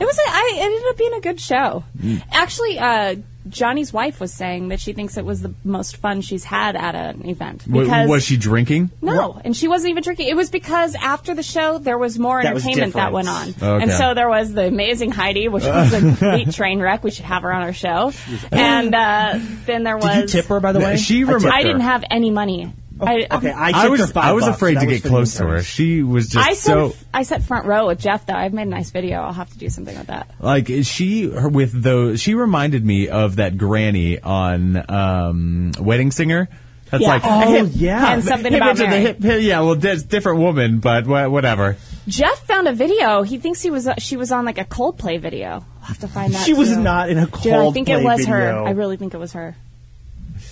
Speaker 1: It was. A, I it ended up being a good show. Actually, uh, Johnny's wife was saying that she thinks it was the most fun she's had at an event
Speaker 2: W-
Speaker 1: because
Speaker 2: was she drinking?
Speaker 1: no, and she wasn't even drinking. It was because after the show there was more
Speaker 3: That was Oh,
Speaker 1: entertainment that went on,
Speaker 3: different.
Speaker 2: Okay.
Speaker 1: and so there was the amazing Heidi, which was
Speaker 3: (laughs)
Speaker 1: a complete train wreck. We should have her on our show, and uh, then there was
Speaker 3: Did you tip her, by the way?
Speaker 2: She
Speaker 3: I tipped
Speaker 2: remember-
Speaker 1: I didn't have any money. I, um,
Speaker 3: Okay, I tipped
Speaker 2: I
Speaker 3: her
Speaker 2: was
Speaker 3: five
Speaker 2: I was
Speaker 3: bucks.
Speaker 2: afraid
Speaker 3: That
Speaker 2: to
Speaker 3: was
Speaker 2: get
Speaker 3: for the
Speaker 2: close to her.
Speaker 3: interns.
Speaker 2: She was just
Speaker 1: I sat,
Speaker 2: so
Speaker 1: I sat front row with Jeff though. I've made a nice video. I'll have to do something with that.
Speaker 2: like she her, with those. She reminded me of that granny on um, Wedding Singer. That's
Speaker 1: Yeah.
Speaker 2: like
Speaker 1: Oh, (laughs)
Speaker 2: hip-
Speaker 3: yeah.
Speaker 1: And something
Speaker 2: hip
Speaker 1: about
Speaker 2: into the
Speaker 1: Mary.
Speaker 2: hip- hip- yeah, well, that's different woman, but wha- whatever.
Speaker 1: Jeff found a video. He thinks he was uh, she was on like a Coldplay video. I'll have to find that.
Speaker 3: She was
Speaker 1: too.
Speaker 3: not in a
Speaker 1: Dude, I think it
Speaker 3: Coldplay
Speaker 1: was her.
Speaker 3: video.
Speaker 1: I really think it was her.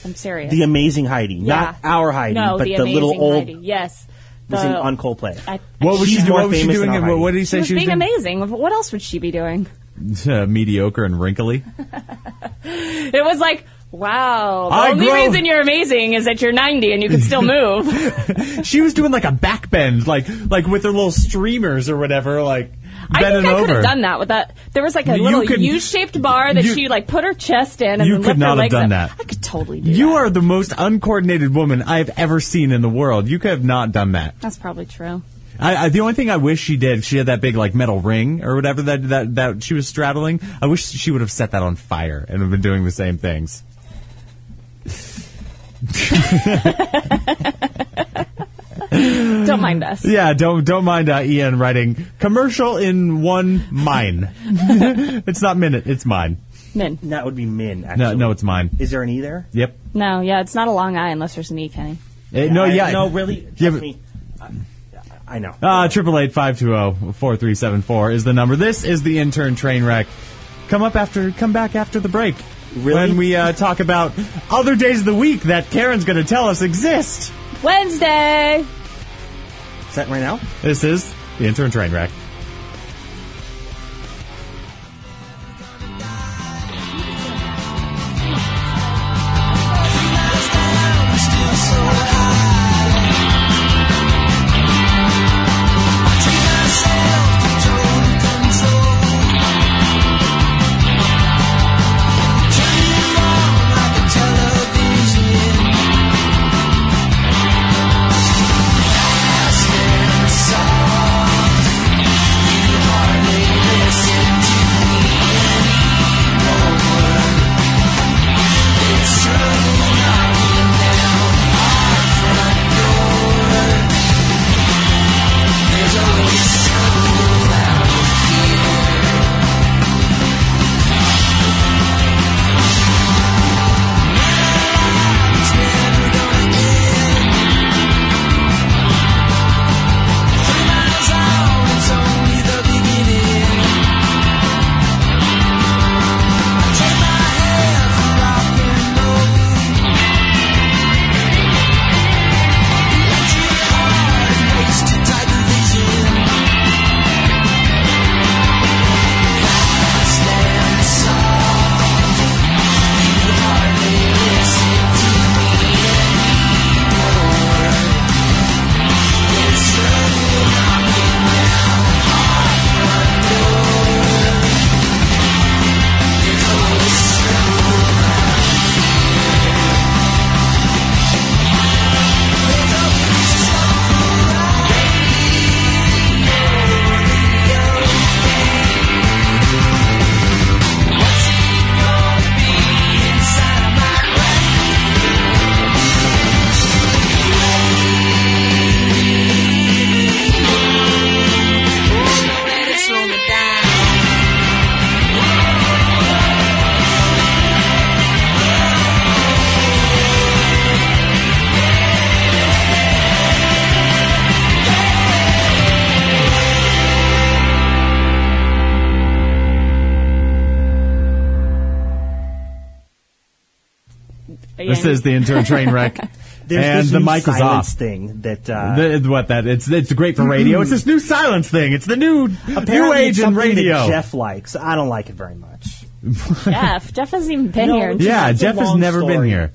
Speaker 1: I'm serious.
Speaker 3: The amazing Heidi, not
Speaker 1: Yeah.
Speaker 3: our Heidi,
Speaker 1: no,
Speaker 3: but
Speaker 1: the,
Speaker 3: the,
Speaker 1: amazing
Speaker 3: little old
Speaker 1: Heidi. Yes, the
Speaker 3: was in on Coldplay.
Speaker 1: I-
Speaker 2: What was
Speaker 3: She's
Speaker 2: she doing?
Speaker 3: more
Speaker 2: What was she
Speaker 3: famous
Speaker 2: doing?
Speaker 3: than
Speaker 2: What,
Speaker 3: Heidi.
Speaker 2: what did he
Speaker 1: she
Speaker 2: say?
Speaker 1: was
Speaker 2: She was
Speaker 1: being
Speaker 2: doing?
Speaker 1: amazing. What else would she be doing?
Speaker 2: Uh, mediocre and wrinkly.
Speaker 1: It was like, wow. The
Speaker 2: I
Speaker 1: only
Speaker 2: grow-
Speaker 1: reason you're amazing is that you're 90 and you can
Speaker 3: (laughs)
Speaker 1: still move.
Speaker 2: she was doing like a back bend, like like with her little streamers or whatever, like
Speaker 1: I
Speaker 2: bending
Speaker 1: think I could
Speaker 2: over.
Speaker 1: have done that with that. There was like a
Speaker 2: You
Speaker 1: little
Speaker 2: could-
Speaker 1: U-shaped bar that
Speaker 2: you-
Speaker 1: she like put her chest in and
Speaker 2: You
Speaker 1: then
Speaker 2: could
Speaker 1: lift
Speaker 2: not
Speaker 1: her
Speaker 2: have
Speaker 1: legs
Speaker 2: done
Speaker 1: up.
Speaker 2: that.
Speaker 1: I could totally do.
Speaker 2: You
Speaker 1: that.
Speaker 2: are the most uncoordinated woman I've ever seen in the world. You could have not done that.
Speaker 1: That's probably true.
Speaker 2: I, I, the only thing I wish she did, she had that big like metal ring or whatever that that that she was straddling. I wish she would have set that on fire and have been doing the same things.
Speaker 1: Don't mind us.
Speaker 2: Yeah, don't don't mind uh, Ian writing commercial in one mine. (laughs) it's not minute, it's mine.
Speaker 1: Min.
Speaker 3: that would be Min. Actually.
Speaker 2: No, no, it's mine.
Speaker 3: Is there an E there?
Speaker 2: Yep.
Speaker 1: No, yeah, it's not a long eye unless there's an E, Kenny.
Speaker 2: Eh, no,
Speaker 3: I-
Speaker 2: yeah,
Speaker 3: no, really.
Speaker 2: Yeah, but-
Speaker 3: Trust me. I, I know.
Speaker 2: Uh, 888-520-4374 is the number. This is the intern train wreck. Come up after, come back after the break.
Speaker 3: Really?
Speaker 2: When we uh, talk about other days of the week that Karen's going to tell us exist.
Speaker 1: Wednesday.
Speaker 3: Is that right now?
Speaker 2: This is the intern train wreck. This is the intern train wreck.
Speaker 3: (laughs) There's
Speaker 2: and
Speaker 3: this
Speaker 2: the
Speaker 3: new
Speaker 2: mic is
Speaker 3: silence
Speaker 2: off.
Speaker 3: thing that uh,
Speaker 2: The- what that it's it's great for radio. It's this new silence thing. It's the new new
Speaker 3: apparently
Speaker 2: age
Speaker 3: it's
Speaker 2: in
Speaker 3: something
Speaker 2: radio.
Speaker 3: That Jeff likes. I don't like it very much.
Speaker 2: (laughs)
Speaker 1: Jeff. Jeff hasn't even been
Speaker 3: No,
Speaker 1: here.
Speaker 3: it's-
Speaker 2: yeah,
Speaker 3: a
Speaker 2: Jeff has
Speaker 3: long
Speaker 2: never been
Speaker 3: story.
Speaker 2: here.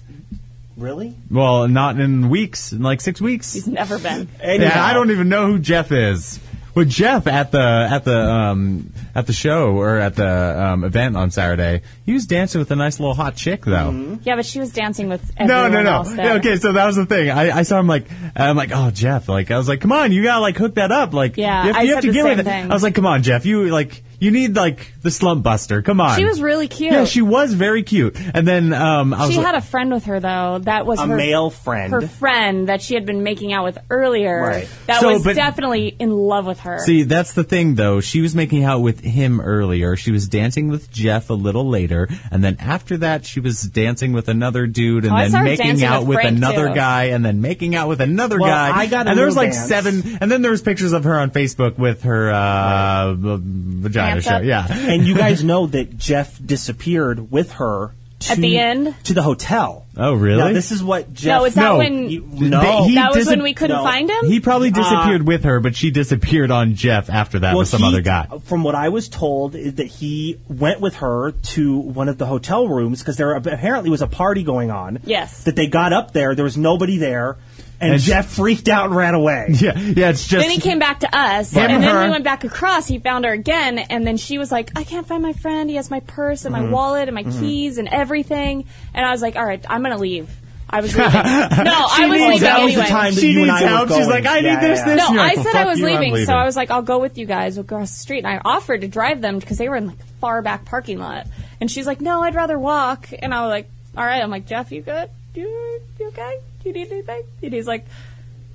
Speaker 3: Really?
Speaker 2: Well, not in weeks, in like six weeks.
Speaker 1: He's never been.
Speaker 3: e-
Speaker 2: Yeah, I don't even know who Jeff is. Well, Jeff at the at the um, at the show or at the um, event on Saturday. He was dancing with a nice little hot chick, though.
Speaker 1: Yeah, but she was dancing with
Speaker 2: No,
Speaker 1: everyone
Speaker 2: no, no.
Speaker 1: else there.
Speaker 2: Okay, so that was the thing. I, I saw him like, I'm like, oh Jeff, like I was like, come on, you gotta like hook that up, like
Speaker 1: Yeah,
Speaker 2: you have,
Speaker 1: I
Speaker 2: you have
Speaker 1: said
Speaker 2: to
Speaker 1: the
Speaker 2: give
Speaker 1: same
Speaker 2: her that.
Speaker 1: thing.
Speaker 2: I was like, come on, Jeff, you like you need like the slump buster. Come on,
Speaker 1: She was really cute.
Speaker 2: Yeah, she was very cute. And then um, I was
Speaker 1: She
Speaker 2: like,
Speaker 1: had a friend with her though. That was
Speaker 3: A
Speaker 1: her,
Speaker 3: male friend.
Speaker 1: her friend that she had been making out with earlier.
Speaker 3: Right.
Speaker 1: That
Speaker 2: So,
Speaker 1: was
Speaker 2: but-
Speaker 1: definitely in love with her.
Speaker 2: See, that's the thing, though. She was making out with him earlier. She was dancing with Jeff a little later, and then after that, she was dancing with another dude, and
Speaker 1: Oh, I saw
Speaker 2: then
Speaker 1: her
Speaker 2: making
Speaker 1: dancing
Speaker 2: out
Speaker 1: with
Speaker 2: with,
Speaker 1: Frank,
Speaker 2: another
Speaker 1: too.
Speaker 2: guy, and then making out with another
Speaker 3: Well,
Speaker 2: guy.
Speaker 3: I got a
Speaker 2: and there was
Speaker 3: little
Speaker 2: like
Speaker 3: dance.
Speaker 2: seven, and then there was pictures of her on Facebook with her uh, v- vagina
Speaker 1: Pants
Speaker 2: show.
Speaker 1: up.
Speaker 2: Yeah,
Speaker 3: and you (laughs) guys know that Jeff disappeared with her to,
Speaker 1: At the end?
Speaker 3: to the hotel.
Speaker 2: Oh, really?
Speaker 3: Now, this is what Jeff.
Speaker 1: no, is that
Speaker 2: No.
Speaker 1: when
Speaker 3: You- no. Uh,
Speaker 2: He
Speaker 1: that was
Speaker 2: disap-
Speaker 1: when we couldn't
Speaker 3: no.
Speaker 1: find him?
Speaker 2: he probably disappeared with her, but she disappeared on Jeff after that with some
Speaker 3: he-
Speaker 2: other guy.
Speaker 3: From what I was told, is that he went with her to one of the hotel rooms because there apparently was a party going on.
Speaker 1: Yes.
Speaker 3: That they got up there, there was nobody there, and,
Speaker 2: And-
Speaker 3: Jeff freaked out and ran away.
Speaker 2: (laughs) (laughs) Yeah, yeah, it's just
Speaker 1: then he came back to us,
Speaker 2: Him,
Speaker 1: and then
Speaker 2: her.
Speaker 1: we went back across. He found her again, and then she was like, "I can't find my friend. He has my purse and my
Speaker 3: Mm-hmm.
Speaker 1: wallet and my keys and everything." And I was like, "All right, I'm gonna leave." I
Speaker 3: (laughs)
Speaker 1: was leaving. no, I was leaving
Speaker 3: needs help. That was
Speaker 1: anyway.
Speaker 3: the time that
Speaker 2: she
Speaker 3: you and
Speaker 2: needs
Speaker 3: I were
Speaker 2: help. She's
Speaker 3: going.
Speaker 2: like, I
Speaker 3: Yeah,
Speaker 2: need this,
Speaker 3: yeah.
Speaker 2: this.
Speaker 1: No,
Speaker 2: and you're
Speaker 1: I
Speaker 2: like,
Speaker 1: said
Speaker 2: "Well,
Speaker 1: I
Speaker 2: fuck
Speaker 1: was
Speaker 2: you, I'm
Speaker 1: leaving, so
Speaker 2: leaving."
Speaker 1: I was like, I'll go with you guys across the street. And I offered to drive them because they were in the far back parking lot. And she's like, No, I'd rather walk. And I was like, All right. I'm like, Jeff, you good? You, you okay? You need anything? And he's like,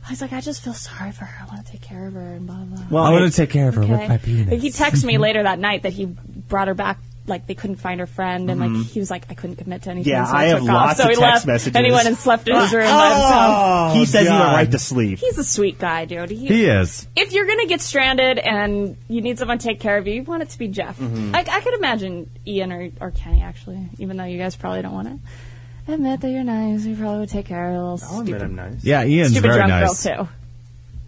Speaker 1: I was like, I just feel sorry for her. I want to take care of her and blah blah.
Speaker 3: Well,
Speaker 2: I want
Speaker 3: it-
Speaker 2: to take care of her with my penis.
Speaker 1: Like, he texted
Speaker 2: (laughs)
Speaker 1: me later that night that he brought her back. Like they couldn't find her friend, and like he was like, I couldn't commit to anything.
Speaker 3: Mm-hmm. Yeah,
Speaker 1: so
Speaker 3: I
Speaker 1: took
Speaker 3: have
Speaker 1: off.
Speaker 3: lots
Speaker 1: so
Speaker 3: of
Speaker 1: he
Speaker 3: text
Speaker 1: left,
Speaker 3: messages. Oh.
Speaker 1: And he went and slept in his room by himself.
Speaker 3: he says he
Speaker 2: Oh, God.
Speaker 3: went right to sleep.
Speaker 1: He's a sweet guy, dude.
Speaker 2: He is.
Speaker 1: if you're gonna get stranded and you need someone to take care of you, you want it to be Jeff.
Speaker 2: Mm-hmm.
Speaker 1: I, I could imagine Ian or, or Kenny actually, even though you guys probably don't want to admit that you're nice. You probably would take care of a little stupid,
Speaker 3: I'm nice.
Speaker 2: Yeah, Ian's
Speaker 1: stupid
Speaker 2: Oh, very
Speaker 1: drunk
Speaker 2: nice.
Speaker 1: girl too.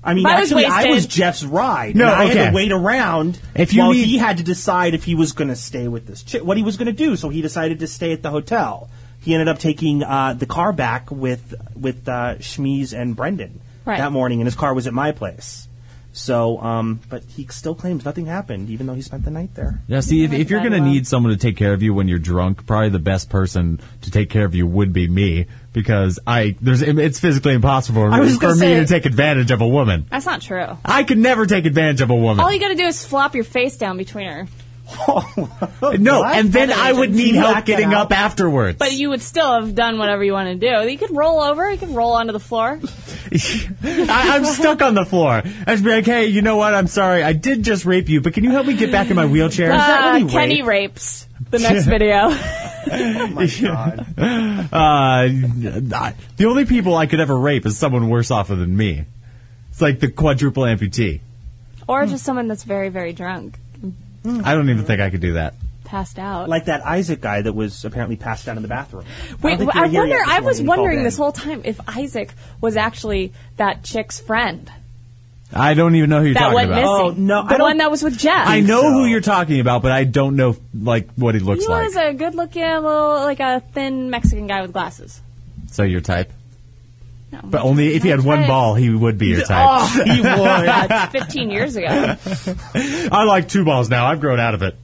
Speaker 3: I mean,
Speaker 1: If I was
Speaker 3: actually, I
Speaker 1: wasted-
Speaker 3: was Jeff's ride.
Speaker 2: No,
Speaker 3: and I had
Speaker 2: okay.
Speaker 3: to wait around
Speaker 2: If you
Speaker 3: while
Speaker 2: need-
Speaker 3: he had to decide if he was going to stay with this chick, what he was going to do. So he decided to stay at the hotel. He ended up taking uh, the car back with with uh, Schmies and Brendan
Speaker 1: Right.
Speaker 3: that morning, and his car was at my place. So, um, but he still claims nothing happened, even though he spent the night there.
Speaker 2: Yeah, see, if, if you're
Speaker 1: Bad
Speaker 2: going to
Speaker 1: luck.
Speaker 2: need someone to take care of you when you're drunk, probably the best person to take care of you would be me because I there's it's physically impossible
Speaker 3: I was
Speaker 2: for
Speaker 3: gonna
Speaker 2: me
Speaker 1: say-
Speaker 2: to take advantage of a woman.
Speaker 1: That's not true.
Speaker 2: I could never take advantage of a woman.
Speaker 1: All you gotta do is flop your face down between her,
Speaker 2: no,
Speaker 3: What?
Speaker 2: and then I would need help
Speaker 3: Knock that
Speaker 2: getting
Speaker 3: out.
Speaker 2: up afterwards.
Speaker 1: but (laughs) you would still have done whatever you want to do. You could roll over, you could roll onto the
Speaker 2: (laughs)
Speaker 1: floor.
Speaker 2: I, I'm stuck on the floor. I'd be like, hey, you know what? I'm sorry. I did just rape you, but can you help me get back in my wheelchair?
Speaker 3: that
Speaker 1: Uh,
Speaker 3: really
Speaker 1: Kenny rapes. The
Speaker 2: (laughs)
Speaker 1: next video.
Speaker 2: Uh, the only people I could ever rape is someone worse off than me. It's like the quadruple amputee.
Speaker 1: or just someone that's very, very drunk,
Speaker 2: I don't even think I could do that.
Speaker 1: passed out.
Speaker 3: Like that Isaac guy that was apparently passed out in the bathroom. I
Speaker 1: Wait,
Speaker 3: don't think
Speaker 1: I
Speaker 3: you were
Speaker 1: wonder.
Speaker 3: here yet this
Speaker 1: I was
Speaker 3: morning. You called
Speaker 1: wondering
Speaker 3: in.
Speaker 1: this whole time if Isaac was actually that chick's friend
Speaker 2: I don't even know who you're
Speaker 1: that
Speaker 2: talking
Speaker 1: went
Speaker 2: about.
Speaker 1: missing.
Speaker 3: Oh, no, I
Speaker 1: the
Speaker 3: don't-
Speaker 1: one that was with Jeff.
Speaker 2: I know
Speaker 3: So-
Speaker 2: who you're talking about, but I don't know like what he looks
Speaker 1: He
Speaker 2: like.
Speaker 1: was a good-looking, little, like a thin Mexican guy with
Speaker 2: (laughs)
Speaker 1: glasses.
Speaker 2: so your type,
Speaker 1: No,
Speaker 2: but only if he had
Speaker 1: That's
Speaker 2: one
Speaker 1: right.
Speaker 2: ball, he would be your type.
Speaker 3: Oh, he would.
Speaker 1: That's 15 years ago. oh.
Speaker 2: I like two balls now. I've grown out of it.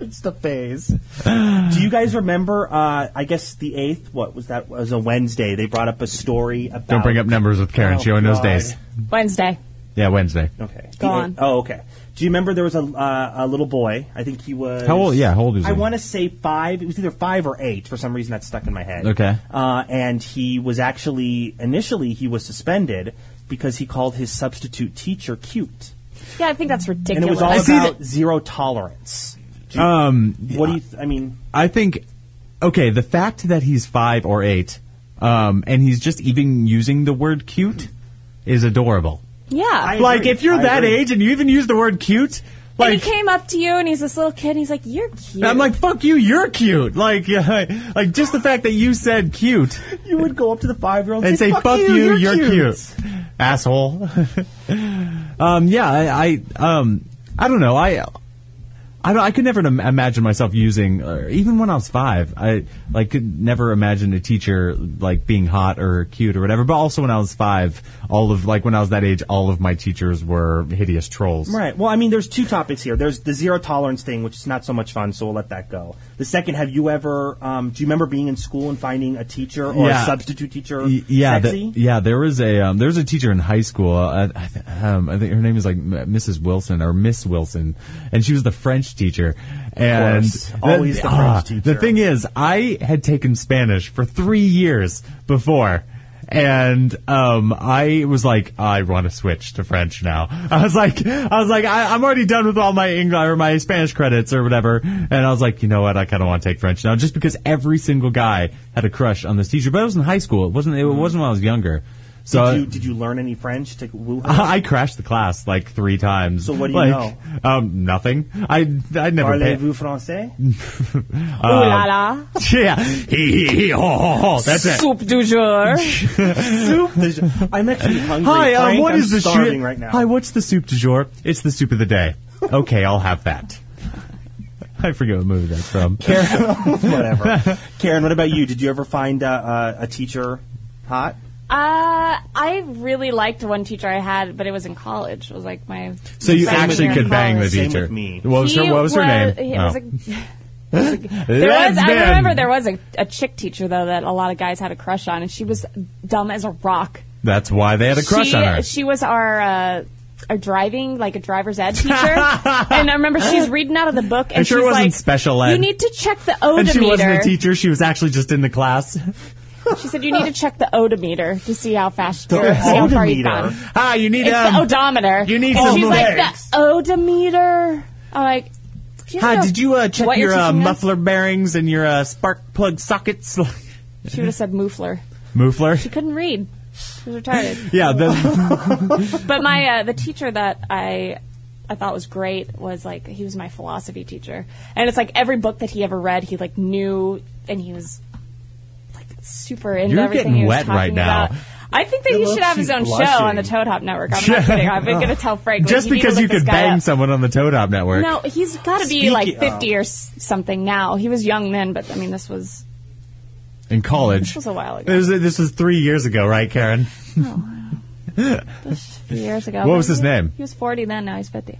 Speaker 3: It's the phase. Do you guys remember? Uh, I guess the eighth. What was that? Was a Wednesday. They brought up a story about.
Speaker 2: Don't bring up numbers with Karen.
Speaker 3: Oh,
Speaker 2: she only knows
Speaker 3: God.
Speaker 2: days.
Speaker 1: Wednesday.
Speaker 2: Yeah, Wednesday.
Speaker 3: Okay.
Speaker 1: Go
Speaker 3: The
Speaker 1: on.
Speaker 3: eighth- Oh, okay. Do you remember there was a uh, a little boy? I think he was.
Speaker 2: How old- yeah, how old is he?
Speaker 3: I want to say five. It was either five or eight. For some reason, that stuck in my head.
Speaker 2: Okay.
Speaker 3: Uh, and he was actually initially he was suspended because he called his substitute teacher cute,
Speaker 1: Yeah, I think that's
Speaker 3: and
Speaker 1: ridiculous.
Speaker 3: it was all
Speaker 2: I see
Speaker 3: about zero tolerance. Do you-
Speaker 2: Um,
Speaker 3: what do you? Th- I mean.
Speaker 2: I think okay, the fact that he's five or eight, um, and he's just even using the word cute is adorable.
Speaker 1: yeah.
Speaker 3: I-
Speaker 2: Like
Speaker 3: agree.
Speaker 2: if you're
Speaker 3: I
Speaker 2: that
Speaker 3: agree.
Speaker 2: age and you even use the word cute,
Speaker 1: and he
Speaker 2: like
Speaker 1: came up to you, and he's this little kid. And he's like, "You're cute."
Speaker 2: I'm like fuck you, you're cute. Like (laughs) like just the fact that you said cute
Speaker 3: You would go up to the five-year-old
Speaker 2: and say fuck, you,
Speaker 3: you're,
Speaker 2: you're, cute. (laughs) asshole. um, yeah, I, I um, I don't know. I I, don't- I could never im- imagine myself using, or even when I was five, I like could never imagine a teacher like being hot or cute or whatever. But also when I was five, all of like when I was that age, all of my teachers were hideous trolls.
Speaker 3: Right. Well, I mean, there's two topics here. There's the zero tolerance thing, which is not so much fun, so we'll let that go. The second, have you ever? Um, do you remember being in school and finding a teacher or
Speaker 2: Yeah.
Speaker 3: a substitute teacher
Speaker 2: Y- yeah, the-
Speaker 3: sexy?
Speaker 2: yeah. There was a um, there was a teacher in high school. Uh, I, th- um, I think her name is like M- Mrs. Wilson or Miss Wilson, and she was the French teacher. And
Speaker 3: course. Always the French
Speaker 2: ah,
Speaker 3: teacher.
Speaker 2: The thing is, I had taken Spanish for three years before. And um, I was like, I want to switch to French now. (laughs) I was like, I was like, I, I'm already done with all my English or my Spanish credits or whatever. And I was like, you know what? I kind of want to take French now, just because every single guy had a crush on this teacher. But it was in high school. It wasn't. It wasn't when I was younger. So
Speaker 3: did you did you learn any French to woo her?
Speaker 2: uh, (laughs) I crashed the class like three times.
Speaker 3: So what do you
Speaker 2: Like,
Speaker 3: know?
Speaker 2: Um, nothing. I I never. paid-
Speaker 3: Parlez-vous français?
Speaker 1: Ooh la la.
Speaker 2: (laughs) yeah. He he he. Oh, oh, oh. That's it.
Speaker 1: Soup du jour.
Speaker 2: (laughs)
Speaker 3: soup. There's- I'm actually hungry.
Speaker 2: Hi, um,
Speaker 3: Frank,
Speaker 2: what
Speaker 3: I'm
Speaker 2: is the
Speaker 3: starving
Speaker 2: soup?
Speaker 3: right now? (laughs)
Speaker 2: Hi, what's the soup du jour? It's the soup of the day. Okay, I'll have that. I forget what movie that's from.
Speaker 3: Karen,
Speaker 2: (laughs)
Speaker 3: whatever. Karen, what about you? Did you ever find uh, uh, a teacher hot?
Speaker 1: Uh, I really liked one teacher I had, but it was in college. It was like my.
Speaker 2: So you
Speaker 1: freshman
Speaker 2: actually
Speaker 1: year in
Speaker 2: could bang the
Speaker 1: college.
Speaker 3: Same
Speaker 2: teacher.
Speaker 3: with me.
Speaker 2: What was
Speaker 1: He
Speaker 2: her? What was her name?
Speaker 1: he was
Speaker 2: Oh.
Speaker 1: a- there was,
Speaker 2: Lesbian.
Speaker 1: I remember there was a, a chick teacher though that a lot of guys had a crush on, and she was dumb as a rock.
Speaker 2: That's why they had a crush
Speaker 1: she,
Speaker 2: on her.
Speaker 1: She was our uh, our driving like a driver's ed
Speaker 2: (laughs)
Speaker 1: teacher, and I remember she's reading out of the book, and
Speaker 2: It sure
Speaker 1: she's
Speaker 2: wasn't
Speaker 1: like,
Speaker 2: special ed.
Speaker 1: "You need to check the odometer."
Speaker 2: and she wasn't a teacher. She was actually just in the class.
Speaker 1: She said, "You need to check the odometer to see how fast you're, see how far you've
Speaker 3: odometer?
Speaker 1: gone."
Speaker 2: Hi, you need
Speaker 1: It's
Speaker 2: um.
Speaker 1: the odometer.
Speaker 2: you need
Speaker 1: and
Speaker 2: some
Speaker 1: she's like
Speaker 2: legs.
Speaker 1: the odometer. I'm like, do you
Speaker 2: Hi,
Speaker 1: know
Speaker 2: did you uh, check
Speaker 1: what you're
Speaker 2: your uh,
Speaker 1: teaching us?
Speaker 2: muffler bearings and your uh, spark plug sockets? (laughs)
Speaker 1: She would have said muffler. (laughs)
Speaker 2: Muffler.
Speaker 1: Couldn't read. She was retarded.
Speaker 2: Yeah,
Speaker 1: Oh,
Speaker 2: the,
Speaker 1: But my uh, the teacher that I I thought was great was like he was my philosophy teacher, and it's like every book that he ever read, he like knew, and he was like super into
Speaker 2: You're
Speaker 1: everything
Speaker 2: getting
Speaker 1: he was
Speaker 2: wet
Speaker 1: talking
Speaker 2: right now.
Speaker 1: about. I think that he should
Speaker 3: looks
Speaker 1: have his
Speaker 3: she's
Speaker 1: own show
Speaker 3: blushing.
Speaker 1: on the Toad Hop Network. I'm not kidding. I've been going to tell
Speaker 2: (laughs)
Speaker 1: Frank. like, need
Speaker 2: just
Speaker 1: to
Speaker 2: because
Speaker 1: look
Speaker 2: you
Speaker 1: this
Speaker 2: could
Speaker 1: guy
Speaker 2: bang
Speaker 1: up.
Speaker 2: someone on the Toad Hop Network.
Speaker 1: No, he's got to be
Speaker 3: Speaking
Speaker 1: like
Speaker 3: of-
Speaker 1: 50 or s- something now. He was young then, but I mean, this was
Speaker 2: in college.
Speaker 1: This was a while ago.
Speaker 2: This was, this was three years ago, right, Karen?
Speaker 1: years ago.
Speaker 2: What was
Speaker 1: He-
Speaker 2: his name?
Speaker 1: He was 40 then. Now he's
Speaker 2: (laughs)
Speaker 1: 50.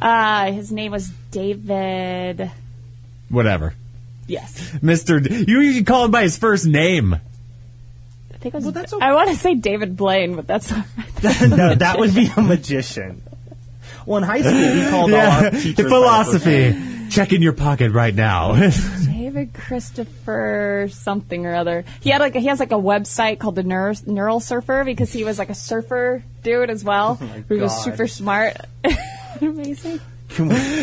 Speaker 1: uh, his name was David.
Speaker 2: Whatever,
Speaker 1: Yes,
Speaker 2: Mister. D- you usually call him by his first name.
Speaker 1: I think it was.
Speaker 3: that's
Speaker 1: I want to say David Blaine, but that's not right.
Speaker 3: (laughs) no, that would be a magician. Well, in high school, we called all our teachers by their first name.
Speaker 2: philosophy. Check in your pocket
Speaker 1: (laughs)
Speaker 2: right now.
Speaker 1: David Christopher something or other. He had like he has like a website called the Neur- Neural Surfer because he was like a surfer dude as well. who was
Speaker 3: God.
Speaker 1: super smart. (laughs) Amazing.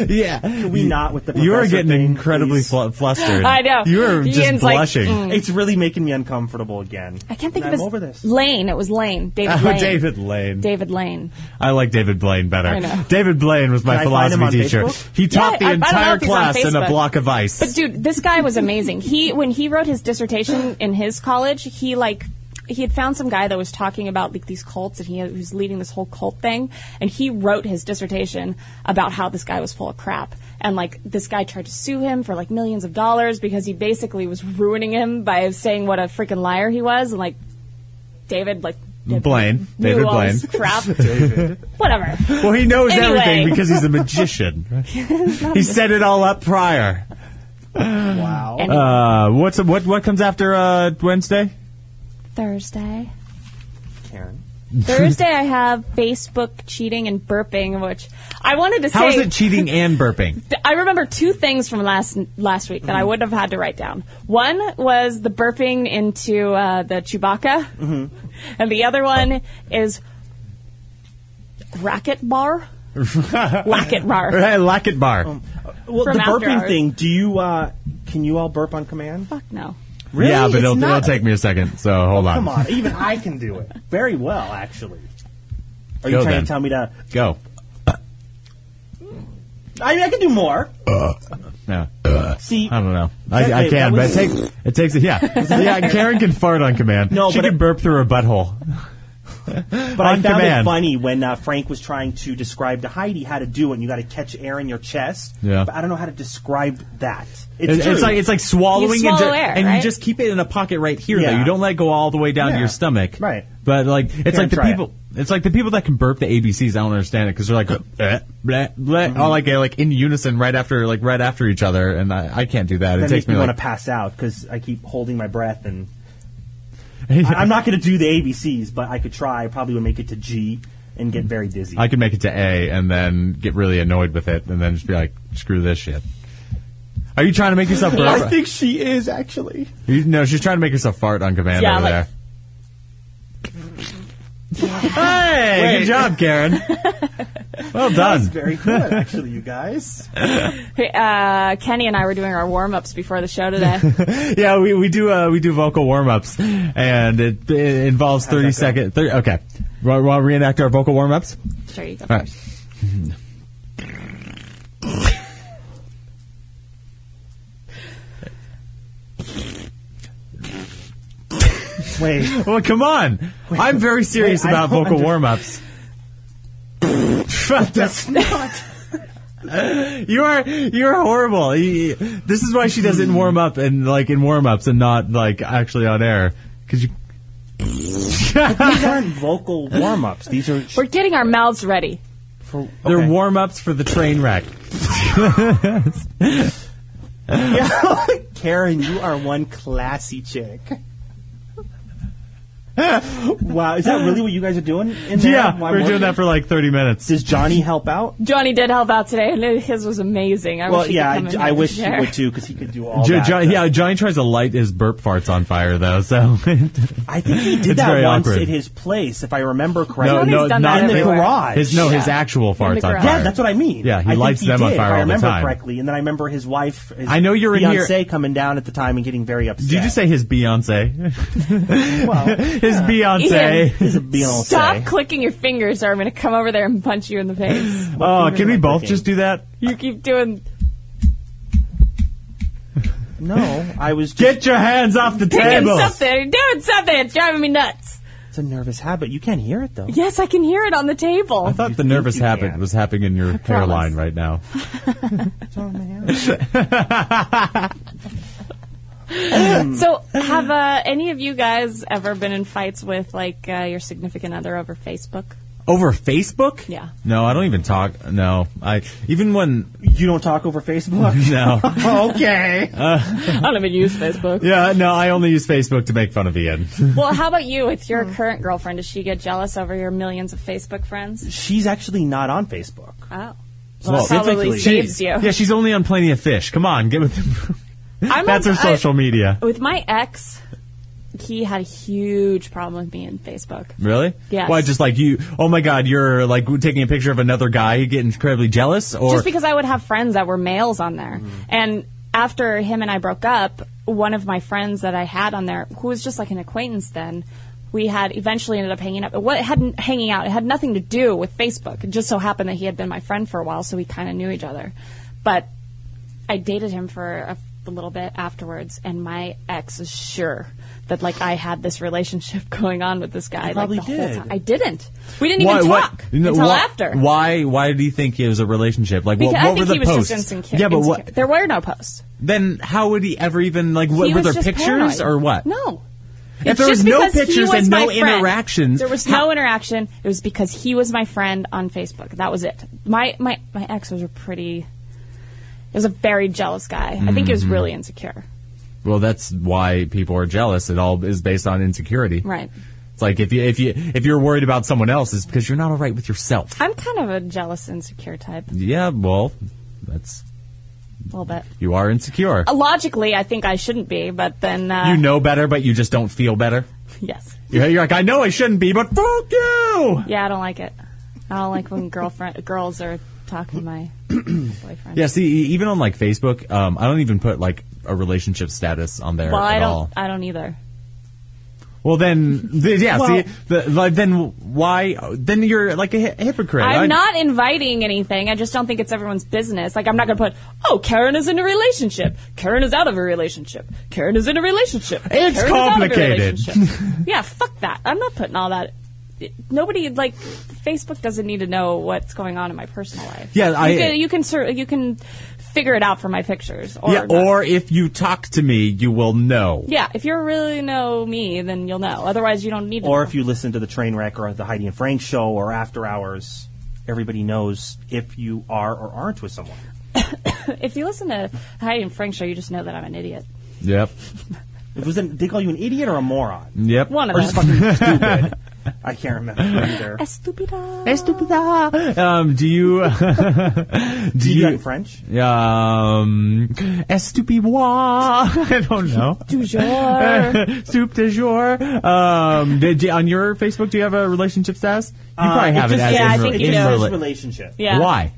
Speaker 2: yeah,
Speaker 3: we not with
Speaker 2: (laughs)
Speaker 3: the
Speaker 2: you are
Speaker 3: professor
Speaker 2: getting
Speaker 3: thing,
Speaker 2: incredibly
Speaker 3: please?
Speaker 2: fl- flustered.
Speaker 1: I know.
Speaker 2: You are just
Speaker 1: Ian's like, mm,
Speaker 2: blushing.
Speaker 3: It's really making me uncomfortable again.
Speaker 1: I can't think of
Speaker 3: And
Speaker 1: his
Speaker 3: I'm over this.
Speaker 1: Lane. It was Lane. David
Speaker 2: (laughs) Oh,
Speaker 1: Lane.
Speaker 2: David Lane.
Speaker 1: David Lane.
Speaker 2: I like David Blaine better.
Speaker 1: I know.
Speaker 2: David Blaine was my
Speaker 3: Can I find him
Speaker 2: philosophy
Speaker 3: on
Speaker 2: teacher.
Speaker 3: Facebook?
Speaker 2: He taught
Speaker 1: Yeah,
Speaker 2: the
Speaker 1: I- I don't know
Speaker 2: entire
Speaker 1: if he's on
Speaker 2: class in a
Speaker 1: Facebook.
Speaker 2: block of ice.
Speaker 1: But dude, this guy was amazing. He when he wrote his dissertation in his college, he like he had found some guy that was talking about like these cults and he was leading this whole cult thing and he wrote his dissertation about how this guy was full of crap and like this guy tried to sue him for like millions of dollars because he basically was ruining him by saying what a freaking liar he was and like David like
Speaker 2: Blaine.
Speaker 1: knew
Speaker 2: David
Speaker 1: all
Speaker 2: Blaine.
Speaker 1: this crap whatever
Speaker 2: Well, he knows
Speaker 1: Anyway.
Speaker 2: everything because he's a
Speaker 3: (laughs)
Speaker 2: magician. he set it all up prior.
Speaker 3: Wow.
Speaker 1: Anyway,
Speaker 2: Uh, what's what what comes after uh, Wednesday?
Speaker 1: Thursday
Speaker 3: Karen.
Speaker 1: Thursday I have Facebook cheating and burping, which I wanted to
Speaker 2: How is
Speaker 1: say.
Speaker 2: it cheating and
Speaker 3: (laughs)
Speaker 2: burping?
Speaker 1: I remember two things from last last week that
Speaker 2: Mm-hmm.
Speaker 1: I would have had to write down. One was the burping into uh, the Chewbacca,
Speaker 2: Mm-hmm.
Speaker 1: and the other one is racket
Speaker 2: (laughs)
Speaker 1: bar, racket bar.
Speaker 2: Hey, Lockett
Speaker 3: Um,
Speaker 2: Bar.
Speaker 3: Well,
Speaker 1: From
Speaker 3: the
Speaker 1: after
Speaker 3: burping
Speaker 1: hours.
Speaker 3: thing. Do you? Uh, can you all burp on command?
Speaker 1: Fuck no.
Speaker 3: Really?
Speaker 2: Yeah, but
Speaker 3: It's
Speaker 2: it'll,
Speaker 3: not- Oh,
Speaker 2: it'll take me a second. So hold on.
Speaker 3: Come on, even I can do it very well, actually. Are you
Speaker 2: Go
Speaker 3: trying
Speaker 2: then.
Speaker 3: to tell me to?
Speaker 2: Go.
Speaker 3: I mean, I can do more.
Speaker 2: No.
Speaker 3: See,
Speaker 2: I don't know. I,
Speaker 3: That-
Speaker 2: I
Speaker 3: wait,
Speaker 2: can,
Speaker 3: that
Speaker 2: but it
Speaker 3: was- (laughs)
Speaker 2: takes it takes it. Yeah, yeah. Karen can fart on command.
Speaker 3: No,
Speaker 2: she
Speaker 3: but
Speaker 2: can
Speaker 3: it-
Speaker 2: burp through her butthole.
Speaker 3: But I
Speaker 2: On
Speaker 3: found
Speaker 2: command.
Speaker 3: it funny when uh, Frank was trying to describe to Heidi how to do it. and You got to catch air in your chest.
Speaker 2: Yeah.
Speaker 3: But I don't know how to describe that. It's,
Speaker 2: It's,
Speaker 3: true.
Speaker 2: it's like it's like swallowing
Speaker 1: You
Speaker 2: and,
Speaker 1: swallow
Speaker 2: ju-
Speaker 1: air,
Speaker 2: and you
Speaker 1: right?
Speaker 2: just keep it in a pocket right here.
Speaker 3: Yeah.
Speaker 2: Though you don't let it go all the way down to
Speaker 3: Yeah.
Speaker 2: your stomach.
Speaker 3: Right.
Speaker 2: But like it's
Speaker 3: Here,
Speaker 2: like the
Speaker 3: try it.
Speaker 2: people. It's like the people that can burp the ABCs. I don't understand it because they're like "Uh, bleh, bleh, bleh,
Speaker 3: Mm-hmm.
Speaker 2: all like uh, like in unison right after like right after each other, and I, I can't do that.
Speaker 3: that
Speaker 2: it takes
Speaker 3: makes me
Speaker 2: me
Speaker 3: want
Speaker 2: like
Speaker 3: to pass out because I keep holding my breath and (laughs) I, (laughs) I'm not going to do the ABCs, but I could try. I probably would make it to G and get very dizzy.
Speaker 2: (laughs) I could make it to A and then get really annoyed with it, and then just be like, screw this shit. Are you trying to make
Speaker 1: (laughs)
Speaker 2: yourself burp?
Speaker 5: I think she is actually.
Speaker 2: You- no, she's trying to make herself fart on command
Speaker 1: Yeah,
Speaker 2: over
Speaker 1: like-
Speaker 2: there. hey, good
Speaker 1: (laughs)
Speaker 2: job, Karen. Well done.
Speaker 5: Very good,
Speaker 2: (laughs)
Speaker 5: actually, you guys.
Speaker 1: Uh, Kenny and I were doing our warm ups before the show
Speaker 2: (laughs)
Speaker 1: today.
Speaker 2: Yeah, we, we do uh, we do vocal warm ups, and it, it involves thirty second. 30, okay, want to reenact our vocal warm ups?
Speaker 1: sure, you go
Speaker 2: All right.
Speaker 1: first.
Speaker 3: Wait.
Speaker 2: Well, come on. I'm very serious
Speaker 3: wait, I
Speaker 2: about
Speaker 3: don't
Speaker 2: vocal
Speaker 3: under-
Speaker 2: warm ups. That's not. (laughs) You are you are horrible. You- This is why she does it
Speaker 3: Hmm.
Speaker 2: in warm up and like in warm ups and not like actually on air because you
Speaker 3: These aren't vocal warm ups. These are
Speaker 1: We're getting our mouths ready.
Speaker 3: for,
Speaker 2: they're
Speaker 3: okay.
Speaker 2: warm ups for the train wreck.
Speaker 3: Karen, you are one classy
Speaker 2: (laughs)
Speaker 3: chick. wow, is that really what you guys are doing? In there?
Speaker 2: Yeah,
Speaker 3: Why
Speaker 2: we're
Speaker 3: weren't
Speaker 2: doing
Speaker 3: you?
Speaker 2: that for like thirty minutes.
Speaker 3: Does Johnny help out?
Speaker 1: Johnny did help out today, and his was amazing. I
Speaker 3: Well,
Speaker 1: wish he
Speaker 3: yeah,
Speaker 1: could come in
Speaker 3: I, I
Speaker 1: and
Speaker 3: wish he
Speaker 1: share.
Speaker 3: would too because he could do all
Speaker 2: Jo-
Speaker 3: that.
Speaker 2: Jo- yeah, Johnny tries to light his burp farts on fire though. So
Speaker 3: I think he
Speaker 2: It's
Speaker 3: did that
Speaker 2: very
Speaker 3: once
Speaker 2: awkward.
Speaker 3: at his place, if I remember
Speaker 2: No,
Speaker 3: correctly.
Speaker 1: Johnny's
Speaker 2: Oh, no,
Speaker 1: done
Speaker 2: not
Speaker 1: that
Speaker 2: in the
Speaker 1: everywhere.
Speaker 2: (laughs)
Speaker 3: garage.
Speaker 2: his no, his
Speaker 1: Yeah.
Speaker 2: actual farts on fire.
Speaker 1: garage.
Speaker 3: Yeah, that's what I mean.
Speaker 2: Yeah, he
Speaker 3: I think
Speaker 2: lights
Speaker 3: he
Speaker 2: them on
Speaker 3: did,
Speaker 2: fire
Speaker 3: If
Speaker 2: all
Speaker 3: I
Speaker 2: the
Speaker 3: remember
Speaker 2: time.
Speaker 3: correctly, and then I remember his wife. His
Speaker 2: I know you're in here-
Speaker 3: fiance coming down at the time and getting very upset.
Speaker 2: Did you just say his Beyonce? (laughs) his
Speaker 1: Ian.
Speaker 2: Beyonce. (laughs)
Speaker 3: He's a Beyonce.
Speaker 1: Stop clicking your fingers, or I'm going to come over there and punch you in the face.
Speaker 2: Oh, can we
Speaker 3: Clicking.
Speaker 2: both just do that?
Speaker 1: you keep doing.
Speaker 3: No, I was. Just,
Speaker 2: Get your hands off the
Speaker 1: Picking
Speaker 2: table.
Speaker 1: something, you're doing something. It's driving me nuts.
Speaker 3: it's a nervous habit. You can't hear it though.
Speaker 1: Yes, I can hear it on the
Speaker 2: I
Speaker 1: table.
Speaker 2: thought the
Speaker 3: think
Speaker 2: nervous
Speaker 3: you
Speaker 2: habit
Speaker 3: can.
Speaker 2: was happening in your hairline right now.
Speaker 1: So, have uh, any of you guys ever been in fights with like uh, your significant other over Facebook?
Speaker 2: Over Facebook?
Speaker 1: Yeah.
Speaker 2: No, I don't even talk. No, I even when
Speaker 3: You don't talk over Facebook.
Speaker 2: (laughs) no. Uh,
Speaker 3: okay.
Speaker 1: I don't even use Facebook.
Speaker 2: yeah, no, I only use Facebook to make fun of Ian.
Speaker 1: Well, how about you with your current girlfriend? Does she get jealous over your millions of Facebook friends?
Speaker 3: She's actually not on Facebook.
Speaker 1: Oh.
Speaker 2: Well,
Speaker 1: Well, that probably
Speaker 3: specifically-
Speaker 1: saves you.
Speaker 2: Yeah, she's only on Plenty of Fish. Come on, get with
Speaker 1: I'm
Speaker 2: That's her
Speaker 1: like- I-
Speaker 2: social media.
Speaker 1: with my ex, he had a huge problem with me in Facebook.
Speaker 2: Really?
Speaker 1: Yes.
Speaker 2: Why? Just like you? Oh my God! You're like taking a picture of another guy. You get incredibly jealous, or
Speaker 1: Just because I would have friends that were males on there. And after him and I broke up, one of my friends that I had on there, who was just like an acquaintance then, we had eventually ended up hanging up. What hadn't hanging out? It had nothing to do with Facebook. It just so happened that he had been my friend for a while, so we kind of knew each other. But I dated him for a, a little bit afterwards, and my ex is sure that like I had this relationship (laughs) going on with this guy.
Speaker 3: probably
Speaker 1: like, the
Speaker 3: did.
Speaker 1: Whole time. I didn't. We didn't
Speaker 2: why?
Speaker 1: even
Speaker 2: why-
Speaker 1: talk
Speaker 2: you know,
Speaker 1: until
Speaker 2: why,
Speaker 1: after.
Speaker 2: Why? Why do you think it was a relationship? Like,
Speaker 1: Because
Speaker 2: what,
Speaker 1: I
Speaker 2: what
Speaker 1: think
Speaker 2: were the
Speaker 1: he was
Speaker 2: posts?
Speaker 1: just insecure.
Speaker 2: yeah, but
Speaker 1: insecure.
Speaker 2: what?
Speaker 1: There were no posts.
Speaker 2: Then how would he ever even like? What,
Speaker 1: He
Speaker 2: were
Speaker 1: was
Speaker 2: there
Speaker 1: just
Speaker 2: pictures
Speaker 1: paranoid.
Speaker 2: or what?
Speaker 1: No.
Speaker 2: If
Speaker 1: It's
Speaker 2: there was
Speaker 1: just
Speaker 2: no
Speaker 1: because he
Speaker 2: pictures
Speaker 1: was
Speaker 2: and no
Speaker 1: my friend.
Speaker 2: interactions,
Speaker 1: there was no interaction. It was because he was my friend on Facebook. That was it. My my my ex was a pretty. He was a very jealous guy. I think he
Speaker 2: Mm-hmm.
Speaker 1: was really insecure.
Speaker 2: Well, that's why people are jealous. It all is based on insecurity.
Speaker 1: Right.
Speaker 2: It's like if you if you if you're worried about someone else, it's because you're not all right with yourself.
Speaker 1: I'm kind of a jealous, insecure type. A
Speaker 2: Yeah. Well, that's
Speaker 1: little bit.
Speaker 2: you are insecure.
Speaker 1: Uh, logically, I think I shouldn't be, but then uh,
Speaker 2: you know better, but you just don't feel better.
Speaker 1: Yes.
Speaker 2: You're, you're like, I know I shouldn't be, but fuck you.
Speaker 1: Yeah, I don't like it. I don't like
Speaker 2: (laughs)
Speaker 1: when girlfriend girls are talking to
Speaker 2: (clears throat)
Speaker 1: my boyfriend.
Speaker 2: Yeah, see, e- even on like Facebook, um, I don't even put like a relationship status on there
Speaker 1: Well,
Speaker 2: at
Speaker 1: I don't.
Speaker 2: all.
Speaker 1: I don't either.
Speaker 2: Well, then, th- yeah,
Speaker 3: Well-
Speaker 2: see, the, like, then why? Then you're like a hy- hypocrite.
Speaker 1: I'm
Speaker 2: I-
Speaker 1: not inviting anything. I just don't think it's everyone's business. Like, I'm not going to put, oh, Karen is in a relationship. Karen is out of a relationship. Karen is in a relationship. Karen is out of a
Speaker 2: complicated. (laughs)
Speaker 1: relationship." yeah, fuck that. I'm not putting all that nobody like Facebook doesn't need to know what's going on in my personal life.
Speaker 2: Yeah,
Speaker 1: you
Speaker 2: I-
Speaker 1: can, you can sur- you can figure it out from my pictures. Or
Speaker 2: yeah,
Speaker 1: not.
Speaker 2: or if you talk to me, you will know.
Speaker 1: yeah, if you really know me, then you'll know. Otherwise, you don't need to.
Speaker 3: Or
Speaker 1: know.
Speaker 3: if you listen to the train wreck or the Heidi and Frank show or After Hours, everybody knows if you are or aren't with someone.
Speaker 1: (laughs) if you listen to Heidi and Frank show, you just know that I'm an idiot.
Speaker 2: Yep.
Speaker 3: It was an, they call you an idiot or a moron.
Speaker 2: Yep.
Speaker 1: One of
Speaker 3: Or just
Speaker 1: them.
Speaker 3: fucking stupid. I can't
Speaker 2: (laughs)
Speaker 3: remember either.
Speaker 1: Estúpida.
Speaker 2: Estúpida. Um, do you (laughs) do
Speaker 3: Do you do that in
Speaker 2: you
Speaker 3: French?
Speaker 2: um estupide? (laughs) I don't know.
Speaker 1: Du
Speaker 3: (laughs)
Speaker 1: jour.
Speaker 2: (laughs) Soup de jour. Um, did you, on your Facebook, do you have a relationship status? You probably have it,
Speaker 3: Uh, just
Speaker 2: as
Speaker 1: Yeah,
Speaker 2: in
Speaker 1: I
Speaker 2: re-
Speaker 1: think
Speaker 2: in
Speaker 1: you
Speaker 3: It
Speaker 1: do.
Speaker 3: just says
Speaker 2: rela-
Speaker 3: relationship.
Speaker 1: Yeah.
Speaker 2: Why?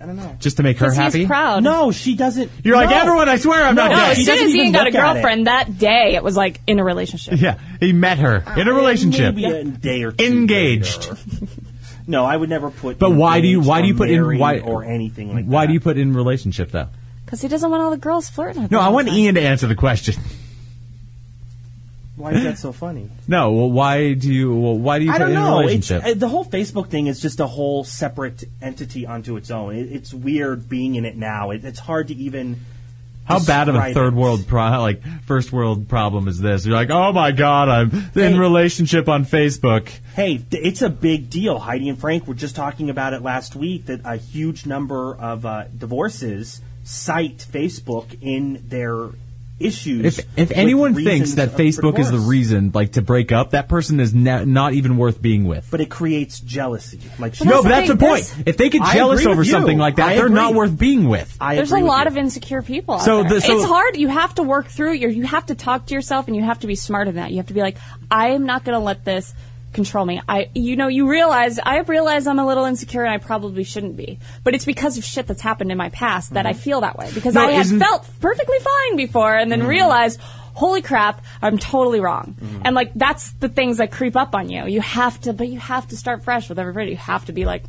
Speaker 3: I don't know.
Speaker 2: Just to make her
Speaker 1: Because
Speaker 2: happy?
Speaker 1: he's proud.
Speaker 3: No, she doesn't.
Speaker 2: You're like
Speaker 3: no.
Speaker 2: everyone. I swear I'm
Speaker 3: No,
Speaker 2: not
Speaker 1: No,
Speaker 2: gay.
Speaker 3: Yeah, he
Speaker 1: as soon
Speaker 3: doesn't
Speaker 1: as he
Speaker 3: even
Speaker 1: got a
Speaker 3: look at it.
Speaker 1: girlfriend that day, it was like in a
Speaker 3: (laughs)
Speaker 1: relationship.
Speaker 2: (laughs) Yeah, he met her in a relationship.
Speaker 3: Oh, Maybe a day or two
Speaker 2: Engaged.
Speaker 3: later. (laughs) No, I would never put.
Speaker 2: But why do you-
Speaker 3: engaged
Speaker 2: why do you
Speaker 3: or
Speaker 2: put in-
Speaker 3: married
Speaker 2: why-
Speaker 3: or anything like that?
Speaker 2: Why do you put in relationship though?
Speaker 1: Because he doesn't want all the girls flirting with
Speaker 2: No,
Speaker 1: him
Speaker 2: I
Speaker 1: all
Speaker 2: want
Speaker 1: the time.
Speaker 2: Ian to answer the question.
Speaker 3: Why is that so
Speaker 2: (laughs)
Speaker 3: funny?
Speaker 2: No, well, why do you? Well, why do you
Speaker 3: I
Speaker 2: put
Speaker 3: don't
Speaker 2: in
Speaker 3: know. It's,
Speaker 2: relationship?
Speaker 3: uh, the whole Facebook thing is just a whole separate entity onto its own. It, it's weird being in it now. It, it's hard to even.
Speaker 2: How bad of a
Speaker 3: describe
Speaker 2: third
Speaker 3: it.
Speaker 2: world pro- like first world problem is this? You're like, oh my god, I'm in
Speaker 3: Hey.
Speaker 2: relationship on Facebook.
Speaker 3: Hey, th- it's a big deal. Heidi and Frank were just talking about it last week that a huge number of uh, divorces cite Facebook in their issues.
Speaker 2: If if
Speaker 3: with
Speaker 2: anyone thinks
Speaker 3: reasons
Speaker 2: that
Speaker 3: of
Speaker 2: Facebook is the
Speaker 3: divorce.
Speaker 2: reason like to break up, that person is ne- not even worth being with.
Speaker 3: but it creates jealousy. Like she
Speaker 2: no, but
Speaker 1: the
Speaker 2: that's the
Speaker 1: thing,
Speaker 2: point.
Speaker 1: there's-
Speaker 2: If they get
Speaker 3: I
Speaker 2: jealous
Speaker 3: agree
Speaker 2: over
Speaker 3: with you.
Speaker 2: something like that,
Speaker 3: I
Speaker 2: they're
Speaker 3: agree.
Speaker 2: not worth being with.
Speaker 3: I
Speaker 1: There's a
Speaker 3: agree with
Speaker 1: lot
Speaker 3: you.
Speaker 1: of insecure people. Out
Speaker 2: So
Speaker 1: there.
Speaker 2: the- so-
Speaker 1: it's hard. You have to work through. Your, you have to talk to yourself, and you have to be smart in that. You have to be like, I am not going to let this control me. I, you know, you realize I realize I'm a little insecure, and I probably shouldn't be. But it's because of shit that's happened in my past that I feel that way because
Speaker 2: Mm-hmm. No,
Speaker 1: I have
Speaker 2: isn't- Mm-hmm.
Speaker 1: felt perfectly fine before, and then realized. Holy crap! I'm totally wrong, and like that's the things that creep up on you. You have to, but you have to start fresh with everybody. You have to be like,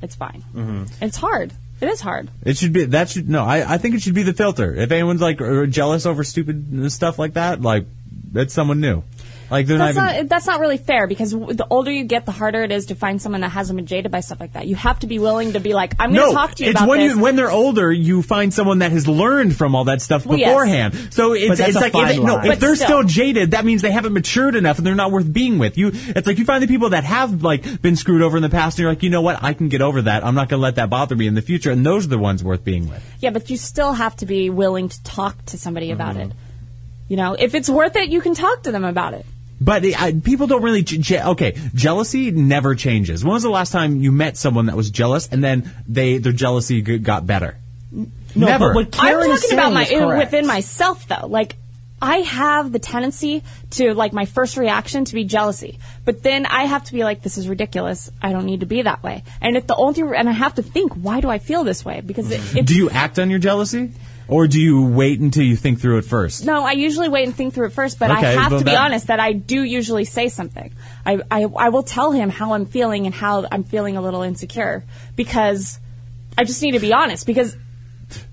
Speaker 1: it's fine.
Speaker 2: Mm-hmm.
Speaker 1: It's hard. It is hard.
Speaker 2: It should be that should no. I, I think it should be the filter. If anyone's like er, jealous over stupid stuff like that, like that's someone new. Like they're
Speaker 1: That's
Speaker 2: not
Speaker 1: not,
Speaker 2: even.
Speaker 1: that's not really fair because w- the older you get, the harder it is to find someone that hasn't been jaded by stuff like that. You have to be willing to be like, I'm going
Speaker 2: no,
Speaker 1: to talk to you
Speaker 2: it's
Speaker 1: about
Speaker 2: when
Speaker 1: this.
Speaker 2: you when they're older, you find someone that has learned from all that stuff
Speaker 1: Well, yes.
Speaker 2: beforehand. So it's,
Speaker 3: that's
Speaker 2: it's
Speaker 3: a
Speaker 2: like
Speaker 3: fine
Speaker 2: if, they- no,
Speaker 3: line.
Speaker 2: if
Speaker 1: But
Speaker 2: they're still.
Speaker 1: still.
Speaker 2: jaded, that means they haven't matured enough and they're not worth being with. You, it's like you find the people that have like been screwed over in the past, and you're like, you know what, I can get over that. I'm not going to let that bother me in the future, and those are the ones worth being with.
Speaker 1: yeah, but you still have to be willing to talk to somebody about
Speaker 2: Mm-hmm.
Speaker 1: it. You know, if it's worth it, you can talk to them about it.
Speaker 2: But it- I, people don't really. Je- je- okay, jealousy never changes. When was the last time you met someone that was jealous and then they their jealousy g- got better?
Speaker 3: No,
Speaker 2: never.
Speaker 3: But what Karen
Speaker 1: I'm
Speaker 3: is
Speaker 1: talking
Speaker 3: saying
Speaker 1: about my
Speaker 3: is correct.
Speaker 1: within myself though. Like I have the tendency to like my first reaction to be jealousy, but then I have to be like, this is ridiculous. I don't need to be that way. And if the only and I have to think, why do I feel this way? Because it, if
Speaker 2: Do you act on your jealousy, or do you wait until you think through it first?
Speaker 1: No, I usually wait and think through it first, but
Speaker 2: Okay,
Speaker 1: I have
Speaker 2: well,
Speaker 1: to be
Speaker 2: that-
Speaker 1: honest that I do usually say something. I, I, I will tell him how I'm feeling and how I'm feeling a little insecure because I just need to be honest because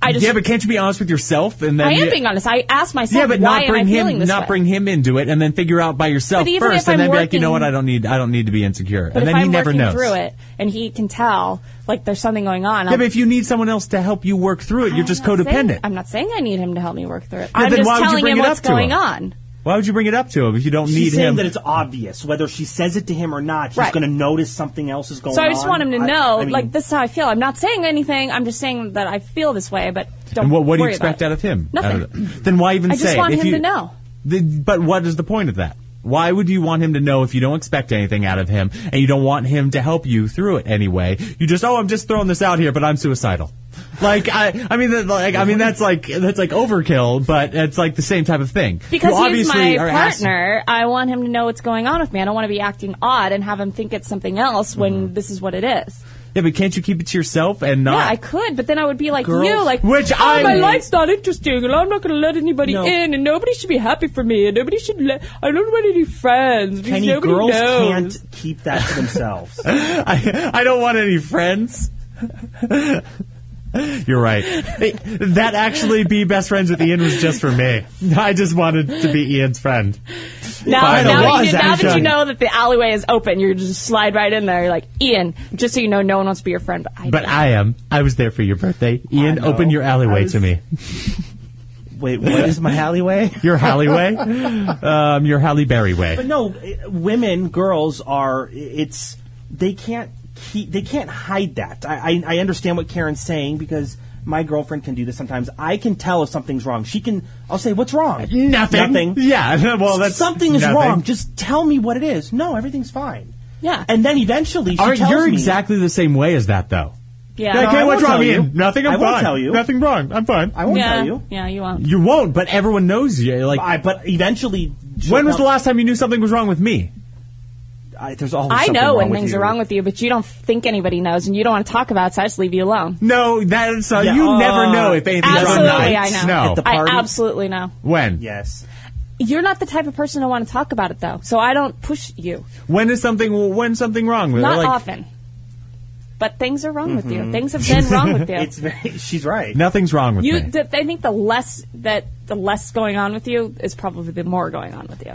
Speaker 1: I just,
Speaker 2: yeah, but can't you be honest with yourself and then?
Speaker 1: I am
Speaker 2: you-
Speaker 1: being honest. I ask myself,
Speaker 2: Yeah, but
Speaker 1: why
Speaker 2: not bring
Speaker 1: am I
Speaker 2: him
Speaker 1: feeling this
Speaker 2: not
Speaker 1: way?
Speaker 2: bring him into it, and then figure out by yourself
Speaker 1: But even
Speaker 2: first,
Speaker 1: if
Speaker 2: and
Speaker 1: I'm
Speaker 2: then be like, you know what,
Speaker 1: working-
Speaker 2: I don't need, I don't need to be insecure,
Speaker 1: but
Speaker 2: and
Speaker 1: if
Speaker 2: then
Speaker 1: I'm
Speaker 2: he never
Speaker 1: working
Speaker 2: knows.
Speaker 1: through it and he can tell like there's something going on,
Speaker 2: Yeah,
Speaker 1: I'll-
Speaker 2: but if you need someone else to help you work through it, you're
Speaker 1: I'm
Speaker 2: just
Speaker 1: not saying-
Speaker 2: codependent.
Speaker 1: I'm not saying I need him to help me work through it.
Speaker 2: Yeah,
Speaker 1: I'm
Speaker 2: then
Speaker 1: just
Speaker 2: why would you
Speaker 1: telling
Speaker 2: bring
Speaker 1: him
Speaker 2: it up
Speaker 1: what's
Speaker 2: to him?
Speaker 1: going on.
Speaker 2: Why would you bring it up to him if you don't
Speaker 3: She's
Speaker 2: need
Speaker 3: saying
Speaker 2: him?
Speaker 3: that it's obvious. Whether she says it to him or not, she's
Speaker 1: Right.
Speaker 3: going to notice something else is going
Speaker 1: So
Speaker 3: on.
Speaker 1: I just want him to
Speaker 3: I-
Speaker 1: know,
Speaker 3: I mean,
Speaker 1: like, this is how I feel. I'm not saying anything. I'm just saying that I feel this way, but don't
Speaker 2: And what, what do you
Speaker 1: worry about
Speaker 2: expect
Speaker 1: it.
Speaker 2: out of him?
Speaker 1: Nothing.
Speaker 2: Out of it? then why even
Speaker 1: I
Speaker 2: say
Speaker 1: just
Speaker 2: it?
Speaker 1: want
Speaker 2: If
Speaker 1: him
Speaker 2: you-
Speaker 1: to know.
Speaker 2: The- but what is the point of that? Why would you want him to know if you don't expect anything out of him and you don't want him to help you through it anyway? You just oh, I'm just throwing this out here, but I'm suicidal. Like I, I mean, that- like I mean, that's like that's like overkill, but it's like the same type of thing.
Speaker 1: Because
Speaker 2: You
Speaker 1: he's my
Speaker 2: obviously are asking-
Speaker 1: partner, I want him to know what's going on with me. I don't want to be acting odd and have him think it's something else when
Speaker 2: Mm-hmm.
Speaker 1: this is what it is.
Speaker 2: yeah, but can't you keep it to yourself and not?
Speaker 1: Yeah, I could, but then I would be like you,
Speaker 3: Girls-
Speaker 1: like,
Speaker 2: Which
Speaker 1: oh,
Speaker 2: I'm-
Speaker 1: my life's not interesting, and I'm not going to let anybody
Speaker 3: No.
Speaker 1: in, and nobody should be happy for me, and nobody should let. I don't want any friends because
Speaker 3: Kenny,
Speaker 1: nobody
Speaker 3: girls
Speaker 1: knows.
Speaker 3: can't keep that to themselves. (laughs)
Speaker 2: I, I don't want any friends. You're right. That actually, be best friends with Ian was just for me. I just wanted to be Ian's friend.
Speaker 1: Now,
Speaker 6: Kinda
Speaker 1: now, that
Speaker 6: was,
Speaker 1: you, now that
Speaker 6: actually.
Speaker 1: you know that the alleyway is open, you just slide right in there. You're like, Ian, just so you know, no one wants to be your friend, but I
Speaker 2: But
Speaker 1: do.
Speaker 2: I am. I was there for your birthday. Ian,
Speaker 3: know.
Speaker 2: open your alleyway
Speaker 3: I was-
Speaker 2: to me.
Speaker 3: Wait, what is my alleyway?
Speaker 2: Your alleyway? um, your Halle Berry
Speaker 3: But
Speaker 2: way.
Speaker 3: no, i- women, girls are. It's they can't keep, they can't hide that. I, I I understand what Karen's saying because my girlfriend can do this sometimes. I can tell if something's wrong. She can. I'll say what's wrong.
Speaker 2: Nothing.
Speaker 3: Nothing.
Speaker 2: Yeah. (laughs) Well, that's
Speaker 3: something is
Speaker 2: nothing.
Speaker 3: wrong. Just tell me what it is. No, everything's fine.
Speaker 1: Yeah.
Speaker 3: And then eventually she
Speaker 2: Are,
Speaker 3: tells
Speaker 2: you're
Speaker 3: me.
Speaker 2: exactly the same way as that, though.
Speaker 1: yeah.
Speaker 2: Okay,
Speaker 3: I
Speaker 2: what's
Speaker 3: won't
Speaker 2: wrong,
Speaker 3: tell
Speaker 2: Ian?
Speaker 3: you.
Speaker 2: Nothing. I'm
Speaker 3: I won't
Speaker 2: fine.
Speaker 3: tell you.
Speaker 2: Nothing wrong. I'm fine.
Speaker 3: I won't
Speaker 1: yeah.
Speaker 3: tell you.
Speaker 1: Yeah, you won't.
Speaker 2: you won't, but everyone knows you. Like,
Speaker 3: I, but eventually,
Speaker 2: when was the last time you knew something was wrong with me?
Speaker 3: I, there's always
Speaker 1: I
Speaker 3: something
Speaker 1: know when
Speaker 3: wrong with
Speaker 1: things
Speaker 3: you.
Speaker 1: are wrong with you, but you don't think anybody knows, and you don't want to talk about it, so I just leave you alone.
Speaker 2: No, that's uh,
Speaker 3: Yeah,
Speaker 2: you
Speaker 3: uh,
Speaker 2: never know if anything's
Speaker 1: Absolutely,
Speaker 2: wrong.
Speaker 1: I know.
Speaker 2: No.
Speaker 3: At the-
Speaker 1: I
Speaker 3: Party?
Speaker 1: absolutely know.
Speaker 2: when?
Speaker 3: Yes.
Speaker 1: You're not the type of person to want to talk about it, though, so I don't push you.
Speaker 2: When is something? When something wrong?
Speaker 1: Not
Speaker 2: like,
Speaker 1: often. But things are wrong with you. Things have
Speaker 3: (laughs)
Speaker 1: been wrong with you.
Speaker 3: Mm-hmm. It's very, she's right.
Speaker 2: Nothing's wrong with
Speaker 1: you
Speaker 2: me.
Speaker 1: th- I think the less that the less going on with you is probably the more going on with you.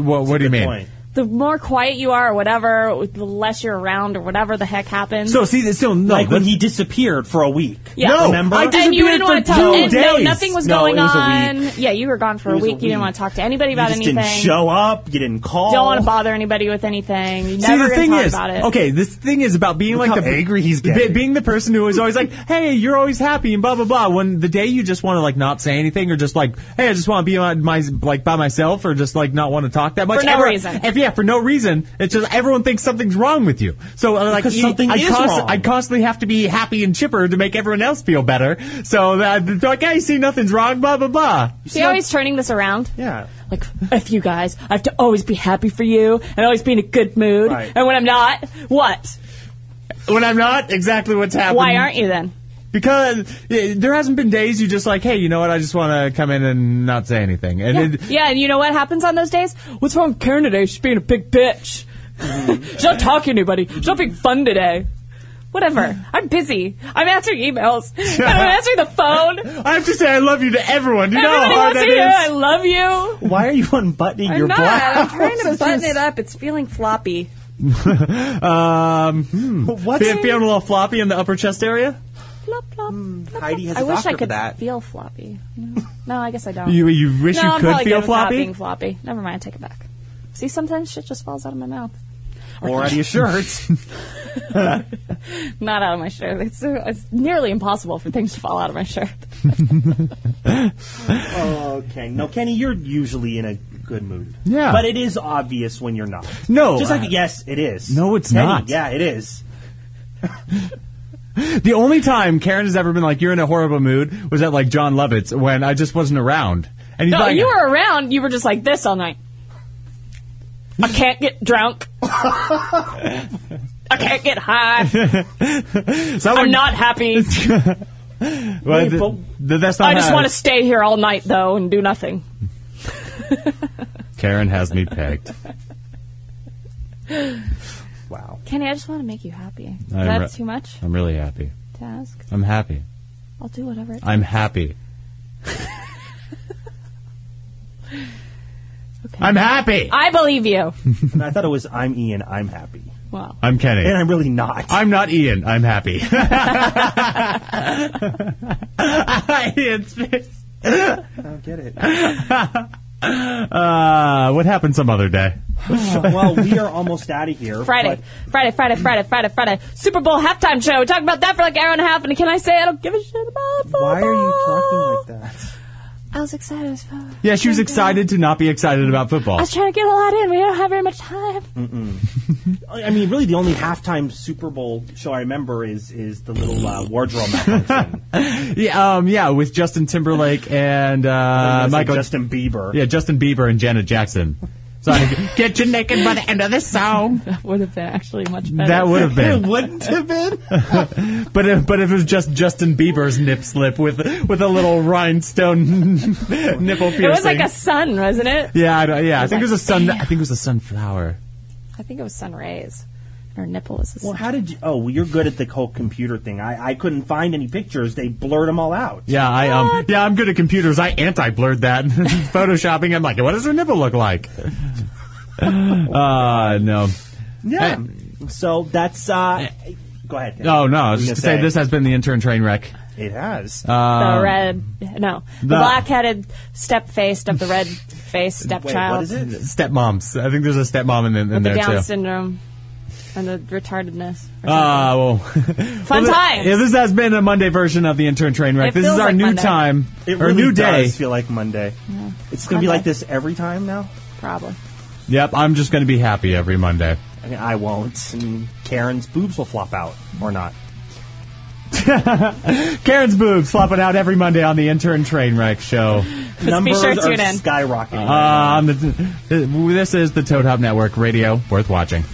Speaker 2: Wh- what, what do you mean?
Speaker 3: Point.
Speaker 1: The more quiet you are, or whatever, the less you're around, or whatever the heck happens.
Speaker 2: So see, so no.
Speaker 3: Like when
Speaker 2: that's-
Speaker 3: he disappeared for a week.
Speaker 1: yeah.
Speaker 2: no,
Speaker 3: remember?
Speaker 2: I
Speaker 3: And
Speaker 1: and you
Speaker 2: disappeared
Speaker 1: didn't want
Speaker 2: for
Speaker 1: to tell.
Speaker 2: two
Speaker 1: And
Speaker 2: days.
Speaker 1: no, nothing was
Speaker 3: No,
Speaker 1: going
Speaker 3: it was a
Speaker 1: on. Yeah, you were gone for a
Speaker 3: was a
Speaker 1: week. You didn't
Speaker 3: week.
Speaker 1: want to talk to anybody
Speaker 3: You
Speaker 1: about
Speaker 3: just
Speaker 1: anything.
Speaker 3: didn't show up. You didn't call.
Speaker 1: Don't want to bother anybody with anything. You
Speaker 2: See,
Speaker 1: never
Speaker 2: the
Speaker 1: gonna
Speaker 2: thing
Speaker 1: talk
Speaker 2: is,
Speaker 1: about it.
Speaker 2: okay, this thing is about being like
Speaker 3: how
Speaker 2: the
Speaker 3: angry he's
Speaker 2: be-
Speaker 3: getting.
Speaker 2: being the person who is always like, (laughs) "Hey, you're always happy and blah blah blah." When the day you just want to like not say anything or just like, "Hey, I just want to be on my like by myself" or just like not want to talk that much
Speaker 1: For no
Speaker 2: Everyone-
Speaker 1: reason.
Speaker 2: If yeah, for no reason, it's just everyone thinks something's wrong with you. So uh, like,
Speaker 3: Because
Speaker 2: you-
Speaker 3: something
Speaker 2: I
Speaker 3: is wrong.
Speaker 2: I constantly have to be happy and chipper to make everyone else feel better. So that they're like, "Hey, you see, nothing's wrong." Blah blah blah.
Speaker 1: See how he's turning this around?
Speaker 3: Yeah.
Speaker 1: Like, F you guys. I have to always be happy for you and always be in a good mood.
Speaker 3: Right.
Speaker 1: And when I'm not, what?
Speaker 2: When I'm not, exactly what's happening.
Speaker 1: Why aren't you then?
Speaker 2: Because eh, there hasn't been days you just like, hey, you know what? I just want to come in and not say anything. And it,
Speaker 1: (laughs) Yeah, and you know what happens on those days? What's wrong with Karen today? She's being a big bitch. (laughs) She's not talking to anybody. She's not being fun today. Whatever. I'm busy. I'm answering emails. (laughs) And I'm answering the phone. Everyone
Speaker 2: I have to say, I love you to everyone. Do you know how hard
Speaker 1: wants
Speaker 2: that
Speaker 1: to hear I
Speaker 2: is?
Speaker 1: love you.
Speaker 3: Why are you unbuttoning
Speaker 1: I'm
Speaker 3: your
Speaker 1: not.
Speaker 3: blouse?
Speaker 1: I'm trying
Speaker 2: (laughs)
Speaker 1: to button it up. It's feeling floppy.
Speaker 2: Um, hmm.
Speaker 3: (laughs) What's
Speaker 2: Fe- feeling a little floppy in the upper chest area.
Speaker 1: Flop, flop,
Speaker 2: Mm,
Speaker 1: flop,
Speaker 3: Heidi has
Speaker 1: flop.
Speaker 3: a
Speaker 1: I wish
Speaker 3: doctor
Speaker 1: I
Speaker 3: for
Speaker 1: could
Speaker 3: that.
Speaker 1: feel floppy. No, No, I guess I don't.
Speaker 2: You you wish
Speaker 1: no,
Speaker 2: you
Speaker 1: I'm
Speaker 2: could
Speaker 1: probably good
Speaker 2: feel
Speaker 1: without
Speaker 2: floppy.
Speaker 1: being floppy. Never mind. I take it back. See, sometimes shit just falls out of my mouth.
Speaker 3: or out of your shirt?
Speaker 2: (laughs)
Speaker 1: Not out of my shirt. It's, it's nearly impossible for things to fall out of my shirt.
Speaker 3: okay. No, Kenny, you're usually in a good mood.
Speaker 2: Yeah.
Speaker 3: But it is obvious when you're not.
Speaker 2: No,
Speaker 3: Just
Speaker 2: uh,
Speaker 3: like yes, it is.
Speaker 2: no, it's
Speaker 3: Kenny,
Speaker 2: not.
Speaker 3: Yeah, it is.
Speaker 2: The only time Karen has ever been like, you're in a horrible mood, was at like John Lovitz when I just wasn't around. And he's
Speaker 1: No,
Speaker 2: like,
Speaker 1: you were around. You were just like this all night. I can't get drunk. I can't get high.
Speaker 2: someone-
Speaker 1: I'm not
Speaker 3: (laughs)
Speaker 1: happy.
Speaker 2: Well,
Speaker 3: Wait,
Speaker 2: th-
Speaker 3: but-
Speaker 2: th- that's not
Speaker 1: I just
Speaker 2: how-
Speaker 1: want to stay here all night though and do nothing.
Speaker 2: Karen has me pegged.
Speaker 3: Wow.
Speaker 1: Kenny, I just want to make you happy. Is
Speaker 2: I'm
Speaker 1: that
Speaker 2: re-
Speaker 1: too much
Speaker 2: I'm really happy.
Speaker 1: to ask?
Speaker 2: I'm happy.
Speaker 1: I'll do whatever. It
Speaker 2: I'm happy. I'm happy.
Speaker 1: I believe you.
Speaker 3: And I thought it was I'm Ian, I'm happy.
Speaker 1: Well,
Speaker 2: I'm Kenny.
Speaker 3: And I'm really not.
Speaker 2: I'm not Ian. I'm happy. Ian's face.
Speaker 3: I don't get it. (laughs)
Speaker 2: Uh, what happened some other day?
Speaker 3: well, we are almost out of here.
Speaker 1: Friday, Friday, Friday, Friday, Friday, Friday. Super Bowl halftime show. We talked about that for like an hour and a half. And can I say I don't give a shit about
Speaker 3: but
Speaker 1: football?
Speaker 3: Why are you talking like that?
Speaker 1: I was excited as fuck.
Speaker 2: Yeah, she was excited to not be excited about
Speaker 1: I
Speaker 2: football.
Speaker 1: was trying to get a lot in. We don't have very much time.
Speaker 3: I I mean, really, the only halftime Super Bowl show I remember is is the little uh, wardrobe
Speaker 2: (laughs)
Speaker 3: malfunction.
Speaker 2: Yeah, um, yeah, with Justin Timberlake and
Speaker 3: I
Speaker 2: uh,
Speaker 3: was like
Speaker 2: Michael.
Speaker 3: Justin Bieber.
Speaker 2: yeah, Justin Bieber and Janet Jackson. Sorry, get you naked by the end of this song.
Speaker 1: Would have been actually much better.
Speaker 2: That would have been.
Speaker 3: Wouldn't have been.
Speaker 2: (laughs) But if, but if it was just Justin Bieber's nip slip with with a little rhinestone (laughs) nipple piercing.
Speaker 1: It was like a sun, wasn't it?
Speaker 2: yeah, I, don't- yeah. I think it was a
Speaker 1: like,
Speaker 2: sun.
Speaker 1: damn.
Speaker 2: I think it was a sunflower.
Speaker 1: I think it was sun rays. Her nipple was.
Speaker 3: Well, how did you? Oh, well, you're good at the whole computer thing. I, I couldn't find any pictures. They blurred them all out.
Speaker 2: Yeah, I um, yeah, I'm good at computers. I anti-blurred that (laughs) photoshopping. I'm like, what does her nipple look like? uh no.
Speaker 3: Yeah. So that's. uh Go ahead. Dan.
Speaker 2: Oh no, I was
Speaker 3: What were you
Speaker 2: just
Speaker 3: gonna
Speaker 2: gonna say this has been the intern train wreck.
Speaker 3: It has.
Speaker 1: the red, no, the, black-headed step-faced of the red-faced
Speaker 3: Wait,
Speaker 1: stepchild.
Speaker 3: what is it?
Speaker 2: Stepmoms. I think there's a stepmom in, in
Speaker 1: With the
Speaker 2: there
Speaker 1: Down
Speaker 2: too.
Speaker 1: syndrome and the retardedness. or
Speaker 2: Ah, well.
Speaker 1: Fun
Speaker 2: Well,
Speaker 1: times.
Speaker 2: Yeah, this has been a Monday version of the intern train wreck.
Speaker 1: It
Speaker 2: this is
Speaker 1: feels
Speaker 2: our
Speaker 1: like
Speaker 2: new
Speaker 1: Monday.
Speaker 2: time
Speaker 3: It
Speaker 2: or
Speaker 3: really
Speaker 2: new day.
Speaker 3: does feel like Monday. It's going to be
Speaker 1: Monday.
Speaker 3: like this every time now.
Speaker 1: something, Probably.
Speaker 2: Yep, I'm just going to be happy every Monday.
Speaker 3: I, mean, I won't. And Karen's boobs will flop out or not.
Speaker 2: Karen's boobs flopping out every Monday on the intern train wreck show. Uh,
Speaker 1: Just be
Speaker 3: Numbers
Speaker 1: sure to
Speaker 3: are
Speaker 1: tune in.
Speaker 3: skyrocketing.
Speaker 2: Um, the, this is the Toad Hop Network radio worth watching.